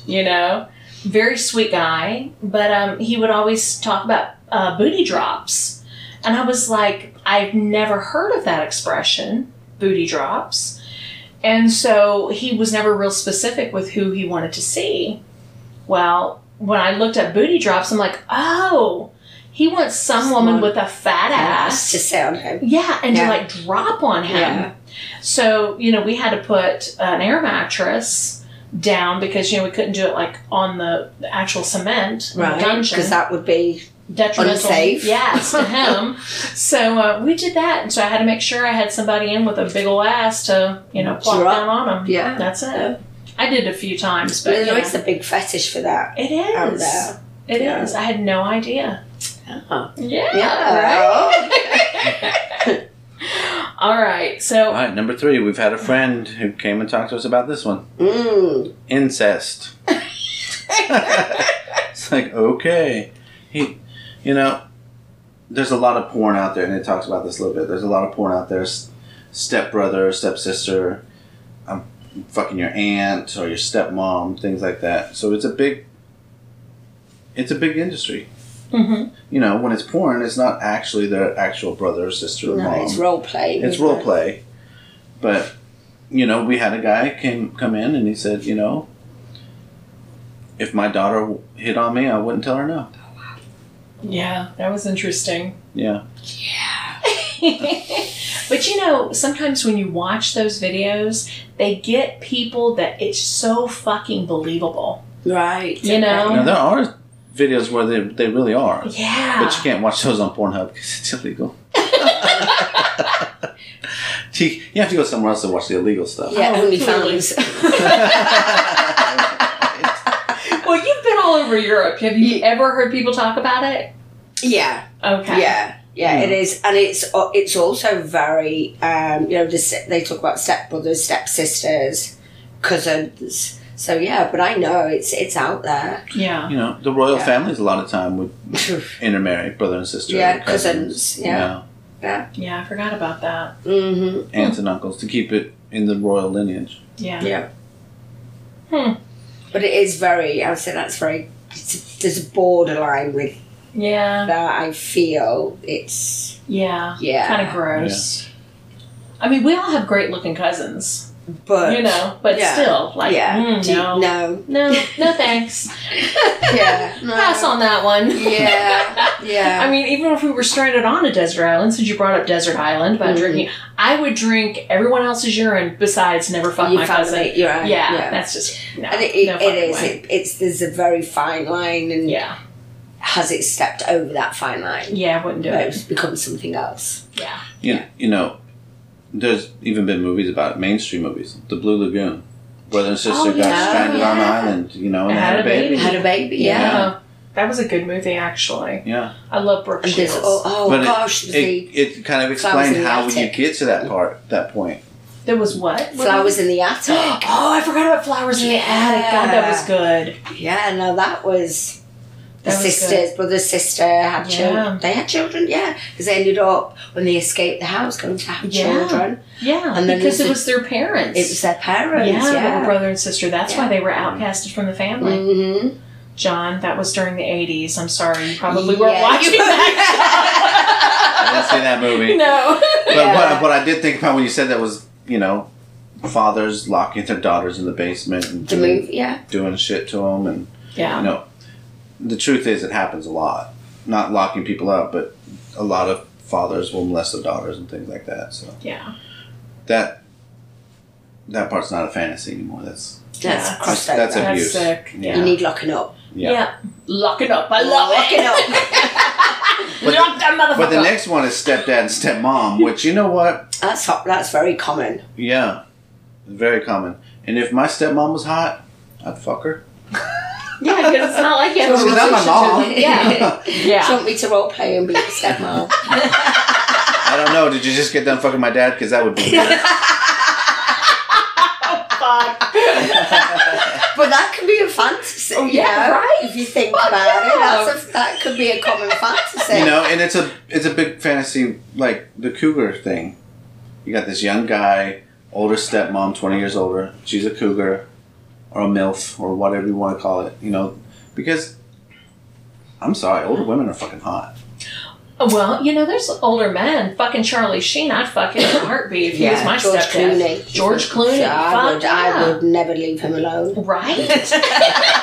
[SPEAKER 1] you know. Very sweet guy, but um, he would always talk about uh, booty drops. And I was like, I've never heard of that expression, booty drops. And so he was never real specific with who he wanted to see. Well, when I looked at booty drops, I'm like, oh, he wants some woman
[SPEAKER 3] Someone-
[SPEAKER 1] with a fat ass.
[SPEAKER 3] That's to say on him.
[SPEAKER 1] Yeah, and
[SPEAKER 3] Yeah.
[SPEAKER 1] to like drop on him.
[SPEAKER 3] Yeah.
[SPEAKER 1] So, you know, we had to put an air mattress down because, you know, we couldn't do it like on the, the actual cement. Dungeon.
[SPEAKER 3] Because that would be.
[SPEAKER 1] Detrimental.
[SPEAKER 3] unsafe.
[SPEAKER 1] Yes, to him. so uh, we did that. And so I had to make sure I had somebody in with a big ol' ass to, you know, plop
[SPEAKER 3] Drop.
[SPEAKER 1] down on him.
[SPEAKER 3] Yeah.
[SPEAKER 1] That's it. I did a few times, but
[SPEAKER 3] There's
[SPEAKER 1] you
[SPEAKER 3] always
[SPEAKER 1] know,
[SPEAKER 3] a big fetish for that
[SPEAKER 1] it
[SPEAKER 3] out
[SPEAKER 1] is.
[SPEAKER 3] there.
[SPEAKER 1] It
[SPEAKER 3] Oh, Yeah.
[SPEAKER 1] is. I had no idea.
[SPEAKER 3] Yeah.
[SPEAKER 1] Yeah.
[SPEAKER 3] Yeah.
[SPEAKER 1] Right? All right.
[SPEAKER 2] All
[SPEAKER 1] So,
[SPEAKER 2] right, number three, we've had a friend who came and talked to us about this one:
[SPEAKER 3] Mm.
[SPEAKER 2] incest. it's like okay, he, you know, there's a lot of porn out there, and it talks about this a little bit. There's a lot of porn out there: s- stepbrother, stepsister, I'm fucking your aunt or your stepmom, things like that. So it's a big, it's a big industry.
[SPEAKER 1] mhm.
[SPEAKER 2] You know, when it's porn, it's not actually their actual brother or sister or
[SPEAKER 3] No,
[SPEAKER 2] mom.
[SPEAKER 3] it's role play.
[SPEAKER 2] It's role play, but you know, we had a guy came come in and he said, you know, if my daughter w- hit on me, I wouldn't tell her no.
[SPEAKER 1] Yeah, that was interesting.
[SPEAKER 2] Yeah.
[SPEAKER 1] but you know, sometimes when you watch those videos, they get people that it's so fucking believable.
[SPEAKER 3] Right.
[SPEAKER 1] You know?
[SPEAKER 2] Now there are videos where they they really are,
[SPEAKER 1] Yeah.
[SPEAKER 2] but you can't watch those on Pornhub because it's illegal. you you have to go somewhere else to watch the illegal stuff.
[SPEAKER 3] Yeah,
[SPEAKER 1] Oh,
[SPEAKER 3] only
[SPEAKER 1] please.
[SPEAKER 3] fans.
[SPEAKER 1] well, you've been all over Europe. Have you ever heard people talk about it?
[SPEAKER 3] yeah.
[SPEAKER 1] Okay.
[SPEAKER 3] Yeah, yeah,
[SPEAKER 2] Hmm.
[SPEAKER 3] it is, and it's uh, it's also very um, you know the, se- they talk about stepbrothers, stepsisters, cousins. So yeah, but I know it's it's out there.
[SPEAKER 1] Yeah.
[SPEAKER 2] you know, the royal
[SPEAKER 3] Yeah.
[SPEAKER 2] families a lot of time would intermarry, brother and sister.
[SPEAKER 3] Yeah,
[SPEAKER 2] and cousins.
[SPEAKER 3] cousins, yeah.
[SPEAKER 1] Yeah, I forgot about that.
[SPEAKER 3] mm-hmm.
[SPEAKER 2] you know, aunts and uncles to keep it in the royal lineage.
[SPEAKER 1] Yeah.
[SPEAKER 3] Yeah.
[SPEAKER 1] Hmm.
[SPEAKER 3] But it is very. I would say that's very. It's, there's a borderline with
[SPEAKER 1] Yeah.
[SPEAKER 3] that. I feel it's
[SPEAKER 1] Yeah.
[SPEAKER 3] yeah,
[SPEAKER 1] Kind of gross. I mean, we all have great looking cousins,
[SPEAKER 3] but
[SPEAKER 1] you know, but
[SPEAKER 3] yeah.
[SPEAKER 1] still, like,
[SPEAKER 3] yeah,
[SPEAKER 1] mm,
[SPEAKER 3] Do you-
[SPEAKER 1] no. no. No, thanks.
[SPEAKER 3] yeah, no.
[SPEAKER 1] Pass on that one.
[SPEAKER 3] Yeah, yeah.
[SPEAKER 1] I mean, even if we were stranded on a desert island, since you brought up desert island about
[SPEAKER 3] Mhm.
[SPEAKER 1] drinking, I would drink everyone else's urine besides never fuck
[SPEAKER 3] You
[SPEAKER 1] my
[SPEAKER 3] found
[SPEAKER 1] cousin.
[SPEAKER 3] it, you're right,
[SPEAKER 1] yeah,
[SPEAKER 3] yeah.
[SPEAKER 1] that's just no,
[SPEAKER 3] And it, it,
[SPEAKER 1] no
[SPEAKER 3] it
[SPEAKER 1] fucking
[SPEAKER 3] is.
[SPEAKER 1] way.
[SPEAKER 3] It, it's there's a very fine line, and
[SPEAKER 1] yeah,
[SPEAKER 3] has it stepped over that fine line?
[SPEAKER 1] yeah, I wouldn't do
[SPEAKER 3] Where
[SPEAKER 1] it.
[SPEAKER 3] It's become something else.
[SPEAKER 1] Yeah,
[SPEAKER 2] You,
[SPEAKER 3] Yeah.
[SPEAKER 2] you know, there's even been movies about it, mainstream movies, The Blue Lagoon. Brother and sister
[SPEAKER 1] Oh,
[SPEAKER 2] got
[SPEAKER 3] yeah.
[SPEAKER 2] stranded on an
[SPEAKER 3] Yeah.
[SPEAKER 2] island, you know,
[SPEAKER 1] And
[SPEAKER 2] and they had a baby.
[SPEAKER 3] Had a baby, yeah.
[SPEAKER 1] That was a good movie, actually.
[SPEAKER 2] Yeah,
[SPEAKER 1] I love Brooke
[SPEAKER 3] And there's
[SPEAKER 1] Shields.
[SPEAKER 3] oh, oh
[SPEAKER 2] But
[SPEAKER 3] gosh, there's
[SPEAKER 2] it, it kind of explained
[SPEAKER 3] in the
[SPEAKER 2] how you
[SPEAKER 3] attic.
[SPEAKER 2] get to that part, that point.
[SPEAKER 1] There was what?
[SPEAKER 3] the flowers in the
[SPEAKER 1] oh,
[SPEAKER 3] attic.
[SPEAKER 1] I forgot about flowers in the attic. God, that was good.
[SPEAKER 3] yeah, no, that was the
[SPEAKER 1] That was
[SPEAKER 3] sisters, brother, sister had
[SPEAKER 1] Yeah.
[SPEAKER 3] children. They had children, yeah, because they ended up when they escaped the house going to have
[SPEAKER 1] Yeah.
[SPEAKER 3] children.
[SPEAKER 1] Yeah,
[SPEAKER 3] And then
[SPEAKER 1] because
[SPEAKER 3] there's
[SPEAKER 1] it
[SPEAKER 3] the-
[SPEAKER 1] was their parents.
[SPEAKER 3] It was their parents.
[SPEAKER 1] yeah, they
[SPEAKER 3] Yeah,
[SPEAKER 1] were brother and sister. That's why
[SPEAKER 3] Yeah.
[SPEAKER 1] they were outcasted from the family.
[SPEAKER 3] Mm-hmm.
[SPEAKER 1] John, that was during the 80s. I'm sorry, you probably weren't
[SPEAKER 3] Yeah,
[SPEAKER 1] watching
[SPEAKER 3] you-
[SPEAKER 1] that.
[SPEAKER 2] I didn't see that movie.
[SPEAKER 1] no.
[SPEAKER 2] But
[SPEAKER 3] Yeah.
[SPEAKER 2] what, what I did think about when you said that was, you know, fathers locking their daughters in the basement and
[SPEAKER 3] The
[SPEAKER 2] doing,
[SPEAKER 3] move, yeah,
[SPEAKER 2] doing shit to them and
[SPEAKER 1] Yeah.
[SPEAKER 2] No. the truth is it happens a lot not locking people up but a lot of fathers will molest their daughters and things like that so
[SPEAKER 1] Yeah.
[SPEAKER 2] that that part's not a fantasy anymore that's
[SPEAKER 3] that's
[SPEAKER 1] Yeah.
[SPEAKER 3] crossed over.
[SPEAKER 2] That's a-
[SPEAKER 1] That's
[SPEAKER 2] Abuse.
[SPEAKER 1] sick.
[SPEAKER 2] Yeah.
[SPEAKER 3] you need locking up.
[SPEAKER 1] Yeah.
[SPEAKER 2] yeah,
[SPEAKER 1] Lock it up. I love
[SPEAKER 3] Lock
[SPEAKER 1] it.
[SPEAKER 3] up.
[SPEAKER 2] But
[SPEAKER 1] Lock that motherfucker
[SPEAKER 2] but the
[SPEAKER 1] up.
[SPEAKER 2] next one is stepdad and stepmom which you know what
[SPEAKER 3] that's hot. That's very common.
[SPEAKER 2] yeah very common and if my stepmom was hot I'd fuck her
[SPEAKER 1] Yeah, because it's not like you have
[SPEAKER 2] She's
[SPEAKER 1] a
[SPEAKER 2] not my mom.
[SPEAKER 1] relationship. Yeah.
[SPEAKER 3] Do you
[SPEAKER 1] Yeah.
[SPEAKER 3] want me to role play and be your stepmom?
[SPEAKER 2] I don't know did you just get done fucking my dad because that would be weird.
[SPEAKER 3] but that could be a fantasy.
[SPEAKER 1] Oh,
[SPEAKER 3] you
[SPEAKER 1] yeah,
[SPEAKER 3] know,
[SPEAKER 1] right.
[SPEAKER 3] If you think
[SPEAKER 1] Fuck
[SPEAKER 3] about it,
[SPEAKER 1] yeah.
[SPEAKER 3] that's a, that could be a common fantasy.
[SPEAKER 2] you know and it's a it's a big fantasy like the cougar thing you got this young guy older stepmom 20 years older she's a cougar or a milf or whatever you want to call it you know because i'm sorry older women are fucking hot
[SPEAKER 1] Well, you know, there's older men. Fucking Charlie Sheen, I'd fuck him in a heartbeat if he was my
[SPEAKER 3] George
[SPEAKER 1] stepdad.
[SPEAKER 3] Clooney.
[SPEAKER 1] George Clooney.
[SPEAKER 3] Yeah, I
[SPEAKER 1] fuck
[SPEAKER 3] would.
[SPEAKER 1] yeah.
[SPEAKER 3] I would never leave him alone.
[SPEAKER 1] Right?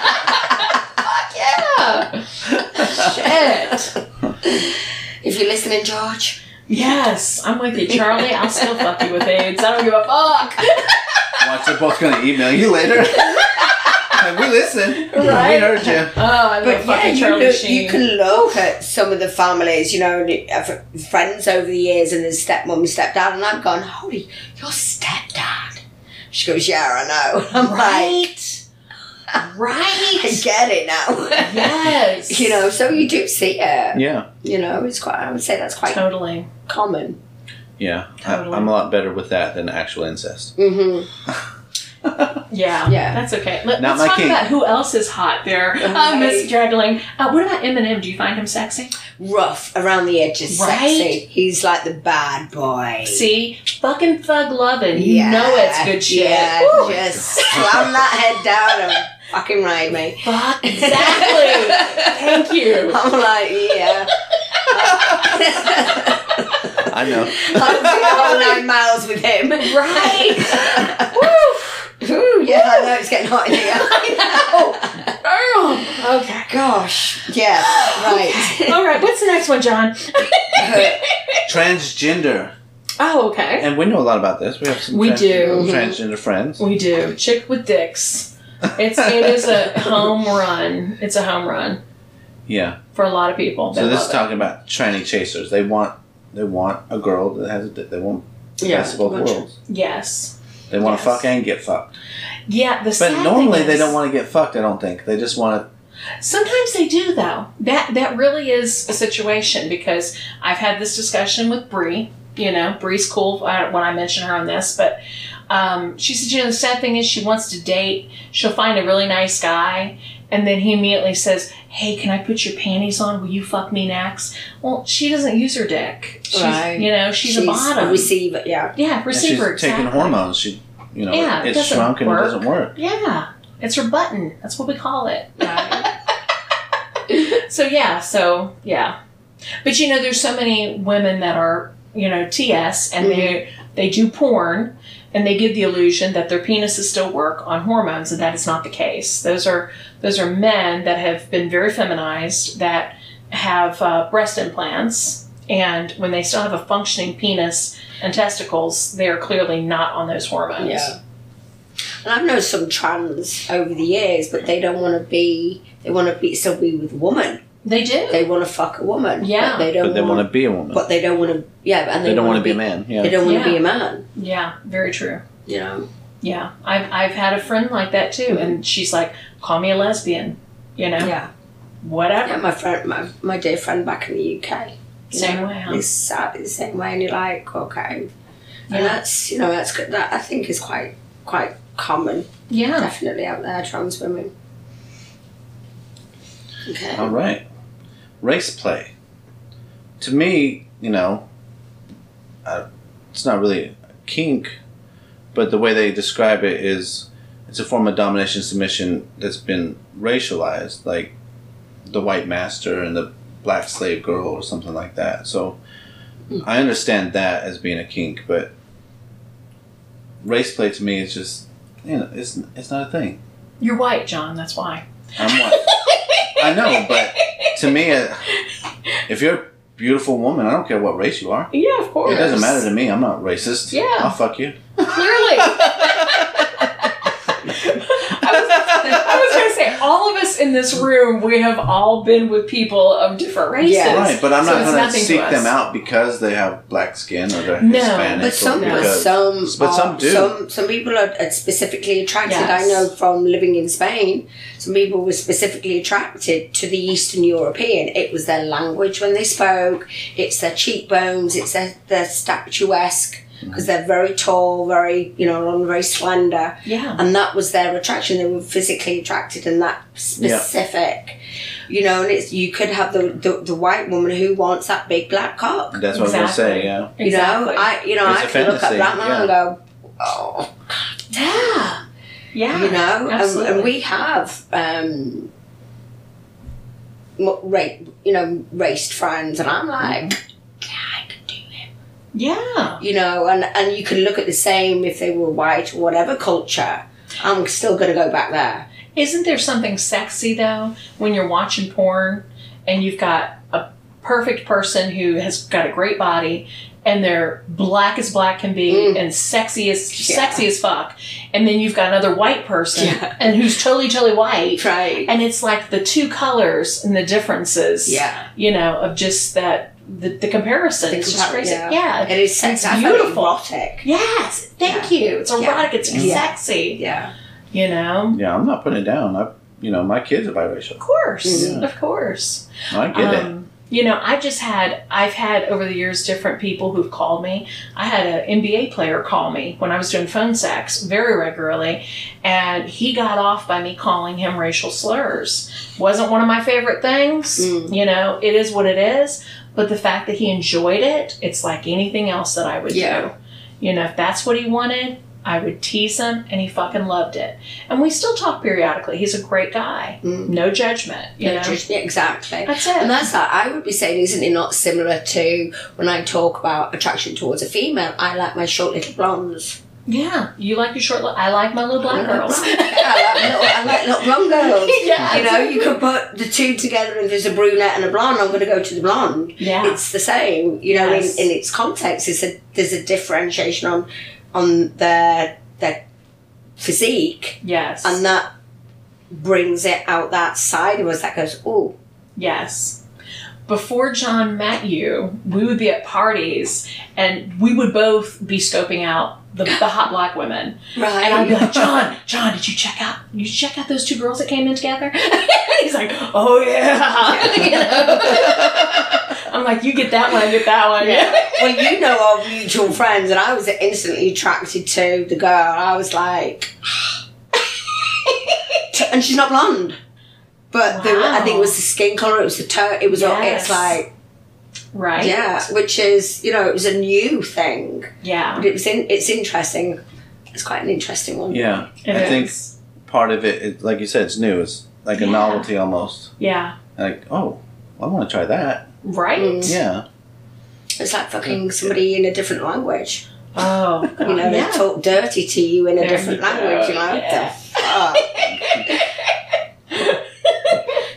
[SPEAKER 1] fuck yeah. Shit.
[SPEAKER 3] If you're listening, George,
[SPEAKER 1] Yes, I'm with you, Charlie. I'll still fuck you with AIDS. I don't give a fuck.
[SPEAKER 2] watch they're both gonna email you later Like, we listen
[SPEAKER 1] Right.
[SPEAKER 2] we heard you
[SPEAKER 1] Oh, I love
[SPEAKER 3] but yeah,
[SPEAKER 1] fucking
[SPEAKER 3] you,
[SPEAKER 1] Charlie
[SPEAKER 3] look,
[SPEAKER 1] Sheen.
[SPEAKER 3] you can look at some of the families, you know, and I've- friends over the years, and there's stepmom and stepdad, and I've gone, holy, your stepdad. She goes, yeah, I know. I'm like,
[SPEAKER 1] right,
[SPEAKER 3] I
[SPEAKER 1] right.
[SPEAKER 3] get it now.
[SPEAKER 1] Yes,
[SPEAKER 3] you know, so you do see it.
[SPEAKER 2] yeah
[SPEAKER 3] You know, it's quite. I would say that's quite
[SPEAKER 1] totally.
[SPEAKER 3] common.
[SPEAKER 2] yeah I,
[SPEAKER 1] Totally.
[SPEAKER 2] i'm a lot better with that than actual incest
[SPEAKER 3] Mm-hmm.
[SPEAKER 1] Yeah,
[SPEAKER 3] Yeah.
[SPEAKER 1] That's okay. Let,
[SPEAKER 2] Not
[SPEAKER 1] us
[SPEAKER 2] my
[SPEAKER 1] talk
[SPEAKER 2] king.
[SPEAKER 1] about who else is hot there. Oh, Miss Juggling. Uh, what about Eminem? Do you find him sexy?
[SPEAKER 3] Rough around the edges, sexy.
[SPEAKER 1] Right?
[SPEAKER 3] He's like the bad boy.
[SPEAKER 1] See, fucking thug loving. You know it's good shit.
[SPEAKER 3] Yeah,
[SPEAKER 1] Woo.
[SPEAKER 3] just slam that head down and fucking ride me.
[SPEAKER 1] Fuck exactly. Thank you.
[SPEAKER 3] I'm like, yeah.
[SPEAKER 2] i know
[SPEAKER 3] I'll do the whole nine miles with him.
[SPEAKER 1] Right.
[SPEAKER 3] Ooh, Yeah, I know it's getting hot in here.
[SPEAKER 1] I know. Oh, okay.
[SPEAKER 3] Gosh. Yeah. Right.
[SPEAKER 1] All right. What's the next one, John?
[SPEAKER 2] Transgender.
[SPEAKER 1] oh, okay.
[SPEAKER 2] And we know a lot about this. We have some
[SPEAKER 1] We
[SPEAKER 2] trans-
[SPEAKER 1] do.
[SPEAKER 2] transgender friends.
[SPEAKER 1] We do. Chick with dicks. It's it is a home run. It's a home run
[SPEAKER 2] Yeah.
[SPEAKER 1] for a lot of people. They
[SPEAKER 2] So this
[SPEAKER 1] love
[SPEAKER 2] is
[SPEAKER 1] it.
[SPEAKER 2] talking about tranny chasers. They want they want a girl that has a, dick. they want the
[SPEAKER 1] Yeah.
[SPEAKER 2] best of both
[SPEAKER 3] Much.
[SPEAKER 2] worlds.
[SPEAKER 1] Yes.
[SPEAKER 2] They want
[SPEAKER 1] Yes.
[SPEAKER 2] to fuck and get fucked.
[SPEAKER 1] Yeah. The
[SPEAKER 2] But normally they don't want to get fucked. I don't think they just want to.
[SPEAKER 1] Sometimes they do though. That that really is a situation because I've had this discussion with Bree. You know, Bree's cool uh, when I mention her on this, but um, she said, you know, the sad thing is she wants to date. She'll find a really nice guy, and then he immediately says, "Hey, can I put your panties on? Will you fuck me next?" Well, she doesn't use her dick. She's,
[SPEAKER 3] Right.
[SPEAKER 1] You know, she's, a bottom.
[SPEAKER 3] receiver. Yeah.
[SPEAKER 1] yeah,
[SPEAKER 2] and she's
[SPEAKER 1] receiver. exactly.
[SPEAKER 2] taking hormones. She, you know,
[SPEAKER 1] Yeah, it
[SPEAKER 2] it's
[SPEAKER 1] doesn't
[SPEAKER 2] shrunk and
[SPEAKER 1] work.
[SPEAKER 2] it doesn't work.
[SPEAKER 1] Yeah, it's her button. That's what we call it.
[SPEAKER 3] Right.
[SPEAKER 1] So yeah, so yeah, but you know, there's so many women that are you know TS and they
[SPEAKER 2] Mm-hmm.
[SPEAKER 1] they do porn and they give the illusion that their penises still work on hormones, and that is not the case. Those are those are men that have been very feminized that have uh, breast implants, and when they still have a functioning penis and testicles, they are clearly not on those hormones.
[SPEAKER 3] Yeah. And I've known some trans over the years, but they don't want to be. They want to be still be with woman.
[SPEAKER 1] They do.
[SPEAKER 3] They want to fuck a woman.
[SPEAKER 1] Yeah.
[SPEAKER 3] But they don't.
[SPEAKER 2] But they
[SPEAKER 3] want,
[SPEAKER 2] want to be a woman.
[SPEAKER 3] But they don't want to. Yeah. And
[SPEAKER 2] they,
[SPEAKER 3] they,
[SPEAKER 2] don't want to be a
[SPEAKER 3] be.
[SPEAKER 2] man.
[SPEAKER 3] They
[SPEAKER 2] Yeah.
[SPEAKER 3] don't want
[SPEAKER 1] Yeah.
[SPEAKER 3] to be a man.
[SPEAKER 1] yeah, very true.
[SPEAKER 3] You know.
[SPEAKER 1] Yeah, I've, I've had a friend like that too, and she's like, call me a lesbian, you know,
[SPEAKER 3] Yeah.
[SPEAKER 1] whatever.
[SPEAKER 3] Yeah. My friend, my, my dear friend back in the UK. you
[SPEAKER 1] Same
[SPEAKER 3] know,
[SPEAKER 1] way. huh?
[SPEAKER 3] It's sad the same way, and you're like, okay.
[SPEAKER 1] Yeah.
[SPEAKER 3] And that's you know that's good. That I think is quite quite common,
[SPEAKER 1] Yeah.
[SPEAKER 3] definitely out there, trans women. Okay.
[SPEAKER 2] All right. Race play. To me, you know, uh, it's not really a kink, but the way they describe it is it's a form of domination submission that's been racialized, like the white master and the black slave girl or something like that. So I understand that as being a kink, but race play to me is just, you know, it's, it's not a thing.
[SPEAKER 1] You're white, John, that's why.
[SPEAKER 2] I'm white. I know, but to me, uh, if you're a beautiful woman, I don't care what race you are.
[SPEAKER 1] Yeah, of course.
[SPEAKER 2] It doesn't matter to me. I'm not racist.
[SPEAKER 1] Yeah.
[SPEAKER 2] I'll fuck you.
[SPEAKER 1] Clearly. I was going to say, all of us in this room, we have all been with people of different races.
[SPEAKER 3] Yeah.
[SPEAKER 2] Right, but I'm
[SPEAKER 1] So
[SPEAKER 2] not
[SPEAKER 1] it's
[SPEAKER 2] going to
[SPEAKER 1] nothing to
[SPEAKER 2] seek
[SPEAKER 1] us.
[SPEAKER 2] them out because they have black skin or they're
[SPEAKER 1] No.
[SPEAKER 2] Hispanic.
[SPEAKER 3] But
[SPEAKER 2] or
[SPEAKER 3] some, but
[SPEAKER 2] because-
[SPEAKER 3] some,
[SPEAKER 2] But
[SPEAKER 3] are-
[SPEAKER 2] some do.
[SPEAKER 3] Some, some people are are specifically attracted. I
[SPEAKER 1] Yes.
[SPEAKER 3] know from living in Spain, some people were specifically attracted to the Eastern European. It was their language when they spoke. It's their cheekbones. It's their, their statuesque
[SPEAKER 2] Mm.
[SPEAKER 3] because they're very tall, very you know, long, very slender,
[SPEAKER 1] Yeah.
[SPEAKER 3] and that was their attraction. They were physically attracted in that specific. You know, and it's you could have the, the the white woman who wants that big black cock.
[SPEAKER 2] That's what I'm going to say, yeah.
[SPEAKER 3] You
[SPEAKER 1] Exactly.
[SPEAKER 3] know, I you know
[SPEAKER 2] It's
[SPEAKER 3] I
[SPEAKER 2] a
[SPEAKER 3] can look at
[SPEAKER 2] fantasy,
[SPEAKER 3] that man
[SPEAKER 2] yeah.
[SPEAKER 3] and go, oh,
[SPEAKER 1] yeah. Yeah.
[SPEAKER 3] you know, and,
[SPEAKER 1] absolutely.
[SPEAKER 3] and we have um, mo- ra- you know, raced friends, and I'm like,
[SPEAKER 1] Mm-hmm.
[SPEAKER 3] yeah, I can do it,
[SPEAKER 1] yeah.
[SPEAKER 3] you know, and and you can look at the same if they were white or whatever culture. I'm still gonna go back there.
[SPEAKER 1] Isn't there something sexy though when you're watching porn and you've got a perfect person who has got a great body and they're black as black can be
[SPEAKER 3] Mm.
[SPEAKER 1] and sexy as
[SPEAKER 3] Yeah.
[SPEAKER 1] sexy as fuck and then you've got another white person
[SPEAKER 3] Yeah.
[SPEAKER 1] and who's totally totally white
[SPEAKER 3] Right.
[SPEAKER 1] and it's like the two colors and the differences
[SPEAKER 3] Yeah.
[SPEAKER 1] you know of just that the, the comparison
[SPEAKER 3] The
[SPEAKER 1] it's just
[SPEAKER 3] compar-
[SPEAKER 1] crazy
[SPEAKER 3] yeah.
[SPEAKER 1] yeah,
[SPEAKER 3] It is
[SPEAKER 1] It's
[SPEAKER 3] sexy. I found it
[SPEAKER 1] beautiful.
[SPEAKER 3] Erotic.
[SPEAKER 1] yes thank you it's
[SPEAKER 3] Yeah.
[SPEAKER 1] erotic it's
[SPEAKER 3] Yeah.
[SPEAKER 1] sexy
[SPEAKER 3] Yeah.
[SPEAKER 1] you know
[SPEAKER 2] Yeah, I'm not putting it down. I, you know, my kids are biracial.
[SPEAKER 1] of course
[SPEAKER 3] Mm-hmm.
[SPEAKER 2] Yeah.
[SPEAKER 1] of course
[SPEAKER 2] I get it.
[SPEAKER 1] Um, You know, I've just had, I've had over the years different people who've called me. I had an NBA player call me when I was doing phone sex very regularly, and he got off by me calling him racial slurs. Wasn't one of my favorite things.
[SPEAKER 3] Mm.
[SPEAKER 1] You know, it is what it is, but the fact that he enjoyed it, it's like anything else that I would
[SPEAKER 3] Yeah.
[SPEAKER 1] do. You know, if that's what he wanted, I would tease him, and he fucking loved it. And we still talk periodically. He's a great guy.
[SPEAKER 3] Mm.
[SPEAKER 1] No judgment, you
[SPEAKER 3] No
[SPEAKER 1] know.
[SPEAKER 3] judgment, exactly.
[SPEAKER 1] That's it.
[SPEAKER 3] And that's that. I would be saying, isn't it not similar to when I talk about attraction towards a female? I like my short little blondes.
[SPEAKER 1] Yeah, you like your short. Li- I like my little black girls.
[SPEAKER 3] I like little, I like little blonde girls.
[SPEAKER 1] Yeah,
[SPEAKER 3] you know, you could put the two together and there's a brunette and a blonde. I'm going to go to the blonde.
[SPEAKER 1] yeah,
[SPEAKER 3] It's the same, you know,
[SPEAKER 1] Yes.
[SPEAKER 3] in, in its context. It's a there's a differentiation on on their their physique,
[SPEAKER 1] yes,
[SPEAKER 3] and that brings it out that side of us that goes, oh,
[SPEAKER 1] yes. Before John met you, we would be at parties, and we would both be scoping out the, the hot black women.
[SPEAKER 3] right.
[SPEAKER 1] And I'd be like, John, John, did you check out? You check out those two girls that came in together. He's like, Oh yeah. You know? I'm like, you get that one, I get that one. Yeah.
[SPEAKER 3] well, you know our mutual friends, and I was instantly attracted to the girl. I was like, and she's not blonde, but the, I think it was the skin color. It was the toe. It was.
[SPEAKER 1] Yes.
[SPEAKER 3] It's like
[SPEAKER 1] Right.
[SPEAKER 3] yeah, which is you know it was a new thing,
[SPEAKER 1] Yeah.
[SPEAKER 3] but it was in, it's interesting. It's quite an interesting one.
[SPEAKER 2] Yeah,
[SPEAKER 1] It
[SPEAKER 2] I think
[SPEAKER 1] is.
[SPEAKER 2] part of it, it, like you said, it's new. It's like a
[SPEAKER 1] Yeah.
[SPEAKER 2] novelty almost.
[SPEAKER 1] Yeah.
[SPEAKER 2] Like, oh, I want to try that.
[SPEAKER 1] Right.
[SPEAKER 3] Mm.
[SPEAKER 2] Yeah,
[SPEAKER 3] It's like fucking somebody in a different language.
[SPEAKER 1] Oh. God.
[SPEAKER 3] You know,
[SPEAKER 1] yeah.
[SPEAKER 3] they talk dirty to you in a
[SPEAKER 1] There
[SPEAKER 3] different
[SPEAKER 1] you go.
[SPEAKER 3] language. You know,
[SPEAKER 1] Yeah.
[SPEAKER 3] the fuck?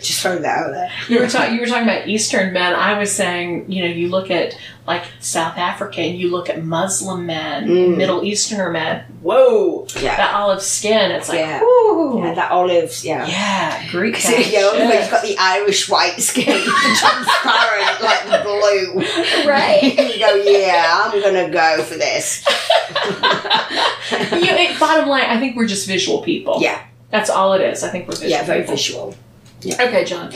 [SPEAKER 3] just throw that out there.
[SPEAKER 1] You were talking. You were talking about Eastern men. I was saying, you know, you look at like South African. You look at Muslim men,
[SPEAKER 3] Mm.
[SPEAKER 1] Middle Easterner men. Whoa,
[SPEAKER 3] Yeah.
[SPEAKER 1] that olive skin. It's like,
[SPEAKER 3] Yeah.
[SPEAKER 1] ooh,
[SPEAKER 3] Yeah, that olives, yeah.
[SPEAKER 1] yeah, Greek.
[SPEAKER 3] Because yeah,
[SPEAKER 1] guy,
[SPEAKER 3] yeah,
[SPEAKER 1] shit.
[SPEAKER 3] you've got the Irish white skin, the transparent, like the blue.
[SPEAKER 1] Right.
[SPEAKER 3] you go, yeah, I'm gonna go for this.
[SPEAKER 1] you, it- bottom line, I think we're just visual people.
[SPEAKER 3] Yeah.
[SPEAKER 1] That's all it is. I think we're visual.
[SPEAKER 3] Yeah, very
[SPEAKER 1] people.
[SPEAKER 3] visual.
[SPEAKER 1] Okay, John.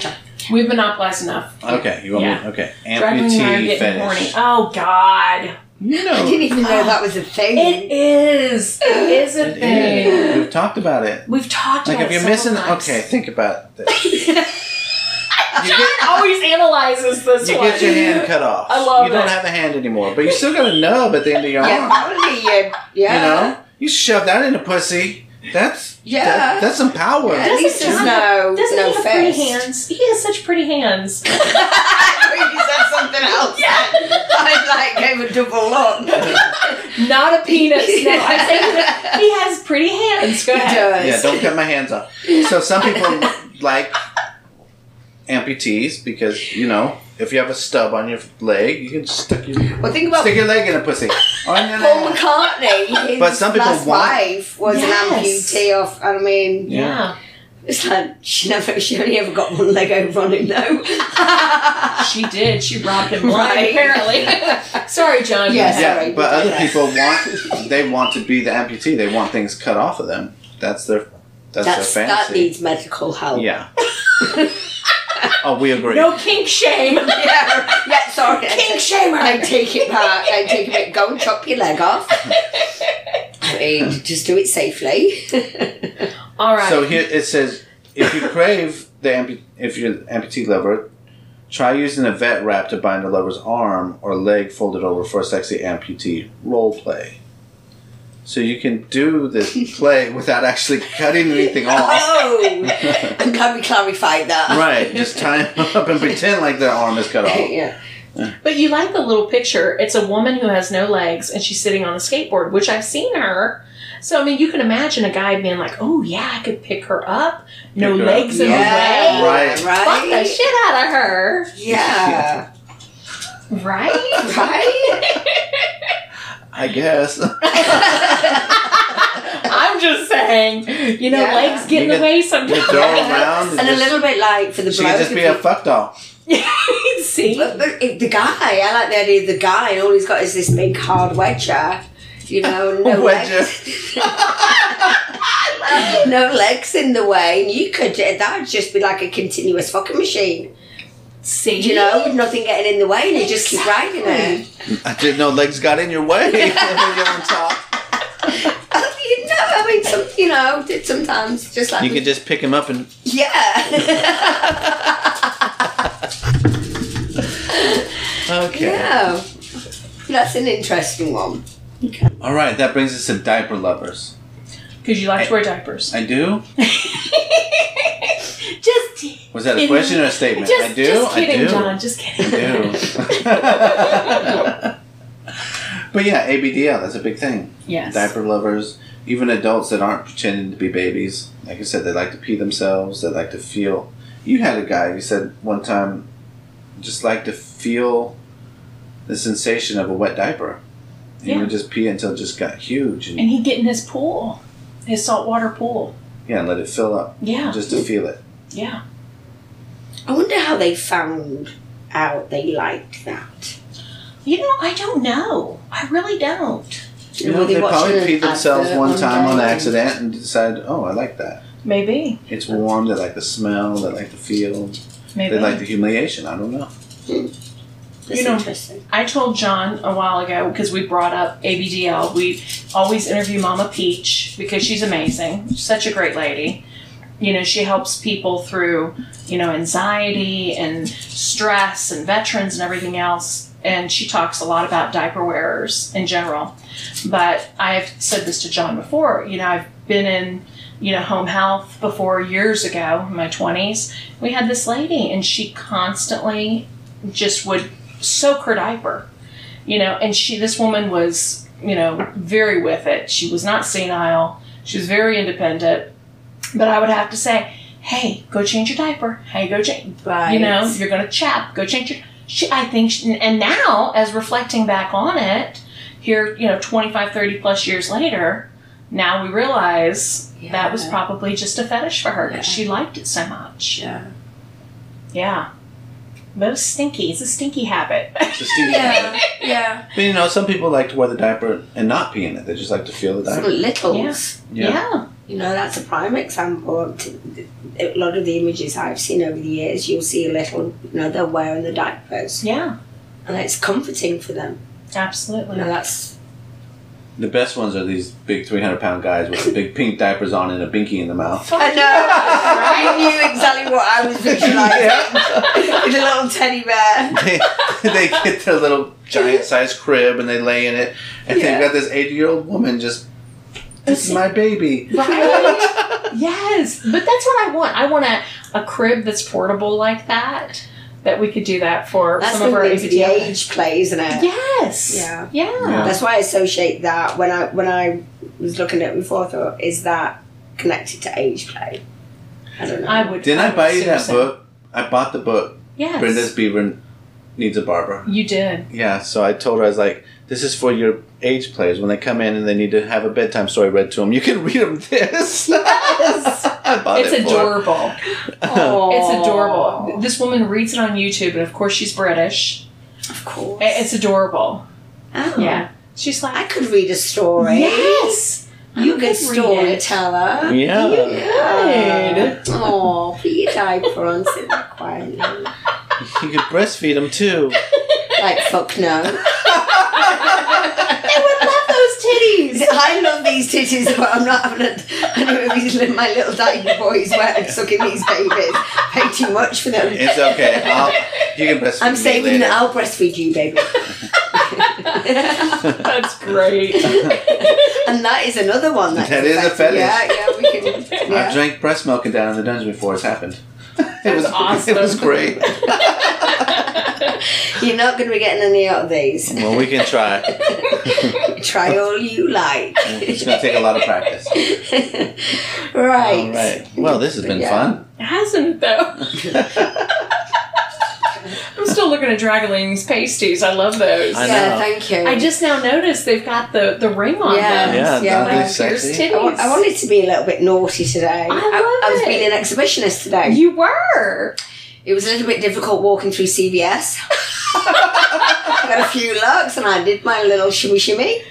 [SPEAKER 1] We've monopolized enough.
[SPEAKER 2] okay, you want
[SPEAKER 1] Yeah.
[SPEAKER 2] me? Okay,
[SPEAKER 1] Dragline and I are
[SPEAKER 2] amputee
[SPEAKER 1] getting
[SPEAKER 2] fetish.
[SPEAKER 1] horny. Oh God.
[SPEAKER 2] You
[SPEAKER 3] I
[SPEAKER 2] know,
[SPEAKER 3] didn't even know that was a thing.
[SPEAKER 1] Oh. It is. It is a
[SPEAKER 2] it is.
[SPEAKER 1] thing.
[SPEAKER 2] we've talked about it.
[SPEAKER 1] We've talked
[SPEAKER 2] Like,
[SPEAKER 1] about
[SPEAKER 2] if
[SPEAKER 1] it
[SPEAKER 2] you're
[SPEAKER 1] several
[SPEAKER 2] missing,
[SPEAKER 1] times.
[SPEAKER 2] okay, think about this. You
[SPEAKER 1] John
[SPEAKER 2] get,
[SPEAKER 1] always analyzes this
[SPEAKER 2] you
[SPEAKER 1] one.
[SPEAKER 2] get your hand cut off.
[SPEAKER 1] I love
[SPEAKER 2] You don't
[SPEAKER 1] it.
[SPEAKER 2] have a hand anymore, but you still got a nub at the end of your
[SPEAKER 3] yeah,
[SPEAKER 2] arm.
[SPEAKER 3] probably, yeah. yeah.
[SPEAKER 2] You know, you shove that in a pussy. That's
[SPEAKER 3] Yeah.
[SPEAKER 2] that- that's some power.
[SPEAKER 3] At
[SPEAKER 1] Doesn't
[SPEAKER 3] least there's
[SPEAKER 1] John-
[SPEAKER 3] no,
[SPEAKER 1] Doesn't
[SPEAKER 3] no
[SPEAKER 1] he have pretty
[SPEAKER 3] fist.
[SPEAKER 1] hands? He has such pretty hands.
[SPEAKER 3] Maybe that's something else.
[SPEAKER 1] Yeah.
[SPEAKER 3] I like gave a double look.
[SPEAKER 1] Not a penis. No, I'm saying that he has pretty hands. Go
[SPEAKER 3] He
[SPEAKER 1] ahead.
[SPEAKER 3] does.
[SPEAKER 2] Yeah, don't cut my hands off. So some people like amputees because you know if you have a stub on your leg, you can stick your
[SPEAKER 3] Well, think about
[SPEAKER 2] stick your leg in a pussy. On your
[SPEAKER 3] Paul
[SPEAKER 2] leg.
[SPEAKER 3] McCartney, his
[SPEAKER 2] But some people
[SPEAKER 3] last
[SPEAKER 2] want-
[SPEAKER 3] wife was
[SPEAKER 1] Yes.
[SPEAKER 3] an amputee off. I mean,
[SPEAKER 2] Yeah.
[SPEAKER 3] it's like she never, she only ever got one leg over on him though.
[SPEAKER 1] She did. She robbed him blind,
[SPEAKER 3] Right.
[SPEAKER 1] apparently. Sorry, John.
[SPEAKER 3] Yes.
[SPEAKER 2] Yeah,
[SPEAKER 3] Sorry,
[SPEAKER 2] but
[SPEAKER 3] we did
[SPEAKER 2] other
[SPEAKER 3] that.
[SPEAKER 2] people want they want to be the amputee. They want things cut off of them. That's their that's,
[SPEAKER 3] That's
[SPEAKER 2] their
[SPEAKER 3] that
[SPEAKER 2] fantasy.
[SPEAKER 3] needs medical help.
[SPEAKER 2] yeah. oh, we agree.
[SPEAKER 1] No kink shame.
[SPEAKER 3] yeah, yeah, sorry. I
[SPEAKER 1] King
[SPEAKER 3] take- I take it back. I take it back. Go and chop your leg off. I mean, just do it safely.
[SPEAKER 1] All right.
[SPEAKER 2] So here it says, if you crave the ampu- if you're an amputee lover, try using a vet wrap to bind a lover's arm or leg folded over for a sexy amputee role play. So you can do this play without actually cutting anything off.
[SPEAKER 3] oh, I'm glad we clarified that.
[SPEAKER 2] Right, just tie 'em up and pretend like their arm is cut off.
[SPEAKER 3] yeah.
[SPEAKER 1] but you like the little picture. It's a woman who has no legs and she's sitting on a skateboard, which I've seen her. So I mean, you can imagine a guy being like, "Oh yeah, I could pick her up. No
[SPEAKER 2] Pick her up.
[SPEAKER 1] legs in
[SPEAKER 3] Yeah.
[SPEAKER 1] the way.
[SPEAKER 2] Right.
[SPEAKER 1] Fuck the
[SPEAKER 3] Right.
[SPEAKER 1] shit out of her."
[SPEAKER 3] Yeah.
[SPEAKER 1] Right?
[SPEAKER 3] Right.
[SPEAKER 2] I guess.
[SPEAKER 1] I'm just saying, you know,
[SPEAKER 3] Yeah.
[SPEAKER 1] legs get in
[SPEAKER 2] You
[SPEAKER 1] the
[SPEAKER 2] could-
[SPEAKER 1] way sometimes.
[SPEAKER 2] you throw around and,
[SPEAKER 3] And a
[SPEAKER 2] just,
[SPEAKER 3] little bit like for the
[SPEAKER 2] she could
[SPEAKER 3] bloke.
[SPEAKER 2] just be
[SPEAKER 3] if
[SPEAKER 2] a
[SPEAKER 3] he-
[SPEAKER 2] fuck doll.
[SPEAKER 1] See?
[SPEAKER 3] But, but if the guy, I like the idea of the guy, and all he's got is this big hard wedger, you know, no
[SPEAKER 2] Wedger.
[SPEAKER 3] legs. no legs in the way, and you could that would just be like a continuous fucking machine,
[SPEAKER 1] See?
[SPEAKER 3] you know, with nothing getting in the way, and you just keep riding it.
[SPEAKER 2] I didn't know legs got in your way. when you're on top.
[SPEAKER 3] Oh, you know, I mean, some, you know, it's sometimes just like
[SPEAKER 2] You could just pick him up and
[SPEAKER 3] yeah,
[SPEAKER 2] okay.
[SPEAKER 3] yeah. That's an interesting one.
[SPEAKER 2] All right, that brings us to diaper lovers.
[SPEAKER 1] Because you like to wear diapers.
[SPEAKER 2] I do.
[SPEAKER 1] Just,
[SPEAKER 2] Was that a
[SPEAKER 1] Kidding.
[SPEAKER 2] question or a statement? I
[SPEAKER 1] just,
[SPEAKER 2] do.
[SPEAKER 1] just
[SPEAKER 2] I
[SPEAKER 1] kidding,
[SPEAKER 2] do.
[SPEAKER 1] John. Just
[SPEAKER 2] I
[SPEAKER 1] kidding.
[SPEAKER 2] do. But yeah, ABDL, that's a big thing.
[SPEAKER 4] Yes.
[SPEAKER 2] Diaper lovers, even adults that aren't pretending to be babies. Like I said, they like to pee themselves, they like to feel. You had a guy who said one time, just like to feel the sensation of a wet diaper. And He
[SPEAKER 1] Yeah.
[SPEAKER 2] would just pee until it just got huge and,
[SPEAKER 1] And he'd get in his pool, his saltwater pool.
[SPEAKER 2] yeah, let it fill up
[SPEAKER 1] Yeah,
[SPEAKER 2] just to feel it.
[SPEAKER 1] yeah.
[SPEAKER 3] I wonder how they found out they liked that.
[SPEAKER 1] You know, I don't know. I really don't.
[SPEAKER 2] You know,
[SPEAKER 3] Were
[SPEAKER 2] they
[SPEAKER 3] watching
[SPEAKER 2] probably
[SPEAKER 3] an
[SPEAKER 2] pee themselves
[SPEAKER 3] advert
[SPEAKER 2] one time on
[SPEAKER 3] day?
[SPEAKER 2] accident and decided, oh, I like that.
[SPEAKER 1] Maybe,
[SPEAKER 2] It's warm, they like the smell, they like the feel,
[SPEAKER 1] maybe.
[SPEAKER 2] they like the humiliation. I don't know.
[SPEAKER 3] That's
[SPEAKER 1] You know.
[SPEAKER 3] interesting.
[SPEAKER 1] I told John a while ago because we brought up ABDL. We always interview Mama Peach because she's amazing, such a great lady. You know, she helps people through, you know, anxiety and stress and veterans and everything else. And she talks a lot about diaper wearers in general. But I've said this to John before, you know, I've been in, you know, home health before years ago, in my 20s. We had this lady and she constantly just would soak her diaper. You know, and she this woman was, you know, very with it. She was not senile. She was very independent. But I would have to say, "Hey, go change your diaper. Hey, go change.
[SPEAKER 3] Right.
[SPEAKER 1] You know, you're going to chap. Go change your." She, I think, she, and now as reflecting back on it, here, you know, 25, 30 plus years later, now we realize that was
[SPEAKER 3] Yeah.
[SPEAKER 1] probably just a fetish for her because
[SPEAKER 3] Yeah.
[SPEAKER 1] she liked it so much.
[SPEAKER 3] Yeah.
[SPEAKER 1] Yeah. Most stinky. It's a stinky habit.
[SPEAKER 2] It's a stinky
[SPEAKER 4] Yeah. Yeah.
[SPEAKER 2] But you know, some people like to wear the diaper and not pee in it. They just like to feel the
[SPEAKER 3] Some
[SPEAKER 2] diaper.
[SPEAKER 3] littles.
[SPEAKER 1] yeah.
[SPEAKER 3] You know, that's a prime example. To- A lot of the images I've seen over the years, you'll see a little, you know, they're wearing the diapers.
[SPEAKER 1] Yeah,
[SPEAKER 3] And it's comforting for them.
[SPEAKER 1] absolutely.
[SPEAKER 3] You know, that's,
[SPEAKER 2] The best ones are these big 300 pound guys with the big pink diapers on and a binky in the mouth.
[SPEAKER 3] I know. I knew exactly what I was visualizing. With a little teddy bear.
[SPEAKER 2] they, they get their little giant sized crib and they lay in it. And
[SPEAKER 3] Yeah.
[SPEAKER 2] they've got this 80 year old woman just, this is my baby.
[SPEAKER 1] Right? yes, but that's what I want. I want a, a crib that's portable like that, that we could do that for
[SPEAKER 3] That's
[SPEAKER 1] some of our
[SPEAKER 3] going into the
[SPEAKER 1] ABDL.
[SPEAKER 3] age play, isn't it?
[SPEAKER 1] Yes.
[SPEAKER 3] Yeah.
[SPEAKER 1] Yeah.
[SPEAKER 3] That's why I associate that when I when I was looking at it before. I thought, is that connected to age play? I don't know.
[SPEAKER 1] I would.
[SPEAKER 2] Didn't I
[SPEAKER 1] would
[SPEAKER 2] buy you that
[SPEAKER 1] seriously-
[SPEAKER 2] book? I bought the book,
[SPEAKER 1] Yes.
[SPEAKER 2] Brenda's Beaver Needs a Barber.
[SPEAKER 1] You did.
[SPEAKER 2] Yeah, so I told her, I was like, this is for your age players. When they come in and they need to have a bedtime story read to them, you can read them this. I bought
[SPEAKER 1] It's
[SPEAKER 2] it for her.
[SPEAKER 1] adorable. It's adorable. This woman reads it on YouTube, and of course she's British.
[SPEAKER 3] Of course.
[SPEAKER 1] I- It's adorable.
[SPEAKER 3] Oh.
[SPEAKER 1] Yeah. She's
[SPEAKER 3] I
[SPEAKER 1] like,
[SPEAKER 3] could read a story.
[SPEAKER 1] yes.
[SPEAKER 3] You
[SPEAKER 1] I
[SPEAKER 3] could
[SPEAKER 1] could read
[SPEAKER 3] storyteller.
[SPEAKER 2] Yeah.
[SPEAKER 1] You
[SPEAKER 3] Oh, put your diaper on, sit there quietly.
[SPEAKER 2] You could breastfeed them too.
[SPEAKER 3] Like, fuck no.
[SPEAKER 1] I would love those titties.
[SPEAKER 3] I love these titties, but I'm not having a. I know if these little, my little diaper boys wet and sucking these babies. Pay too much for them.
[SPEAKER 2] It's okay. uh, I'll, you can breastfeed
[SPEAKER 3] I'm
[SPEAKER 2] me
[SPEAKER 3] saving
[SPEAKER 2] later.
[SPEAKER 3] that. I'll breastfeed you, baby.
[SPEAKER 1] That's great.
[SPEAKER 3] And that is another one.
[SPEAKER 2] That is a fetish.
[SPEAKER 3] Yeah, yeah, we can.
[SPEAKER 2] I've
[SPEAKER 3] Yeah.
[SPEAKER 2] drank breast milk and down in the dungeon before. It's happened. it was
[SPEAKER 1] awesome.
[SPEAKER 2] It was great.
[SPEAKER 3] You're not going to be getting any out of these.
[SPEAKER 2] Well, we can try.
[SPEAKER 3] Try all you like.
[SPEAKER 2] It's going to take a lot of practice.
[SPEAKER 3] right.
[SPEAKER 2] All right. Well, this has been
[SPEAKER 3] Yeah.
[SPEAKER 2] fun.
[SPEAKER 1] Hasn't it though? I'm still looking at Dragoling's pasties. I love those.
[SPEAKER 2] I
[SPEAKER 1] I,
[SPEAKER 3] yeah,
[SPEAKER 2] know.
[SPEAKER 3] thank you.
[SPEAKER 1] just now noticed they've got the, the ring on
[SPEAKER 3] Yeah.
[SPEAKER 1] them.
[SPEAKER 2] Yeah,
[SPEAKER 3] Yeah.
[SPEAKER 2] that'd be
[SPEAKER 1] Like, here's
[SPEAKER 2] sexy.
[SPEAKER 3] I, wa-
[SPEAKER 1] titties.
[SPEAKER 3] I wanted to be a little bit naughty today.
[SPEAKER 1] I
[SPEAKER 3] I was
[SPEAKER 1] love it.
[SPEAKER 3] being an exhibitionist today.
[SPEAKER 1] You were.
[SPEAKER 3] It was a little bit difficult walking through CVS. I got a few looks and I did my little shimmy shimmy.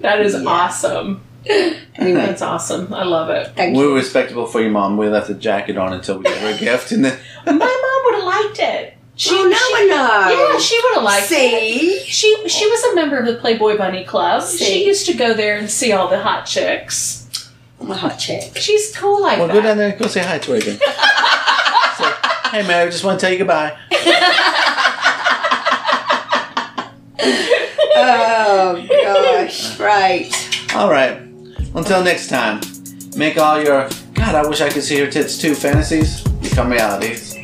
[SPEAKER 1] That is
[SPEAKER 3] Yeah.
[SPEAKER 1] awesome.
[SPEAKER 3] Anyway,
[SPEAKER 1] That's awesome. I love it.
[SPEAKER 3] thank
[SPEAKER 2] We
[SPEAKER 3] you.
[SPEAKER 2] were respectable for your mom. We left the jacket on until we gave her a gift, and then
[SPEAKER 1] My mom would have liked it. She,
[SPEAKER 3] oh,
[SPEAKER 1] she-
[SPEAKER 3] no, I know.
[SPEAKER 1] Yeah, she would have liked it.
[SPEAKER 3] Um, See?
[SPEAKER 1] She she was a member of the Playboy Bunny Club.
[SPEAKER 3] See.
[SPEAKER 1] She used to go there and see all the hot chicks.
[SPEAKER 3] I'm a Oh, hot chick.
[SPEAKER 1] She's cool like
[SPEAKER 2] well,
[SPEAKER 1] that.
[SPEAKER 2] go down there and go say hi to her again. Say, hey, Mary, just want to tell you goodbye.
[SPEAKER 3] Oh gosh, right.
[SPEAKER 2] All right. Until next time, make all your God. I wish I could see your tits too. Fantasies become realities.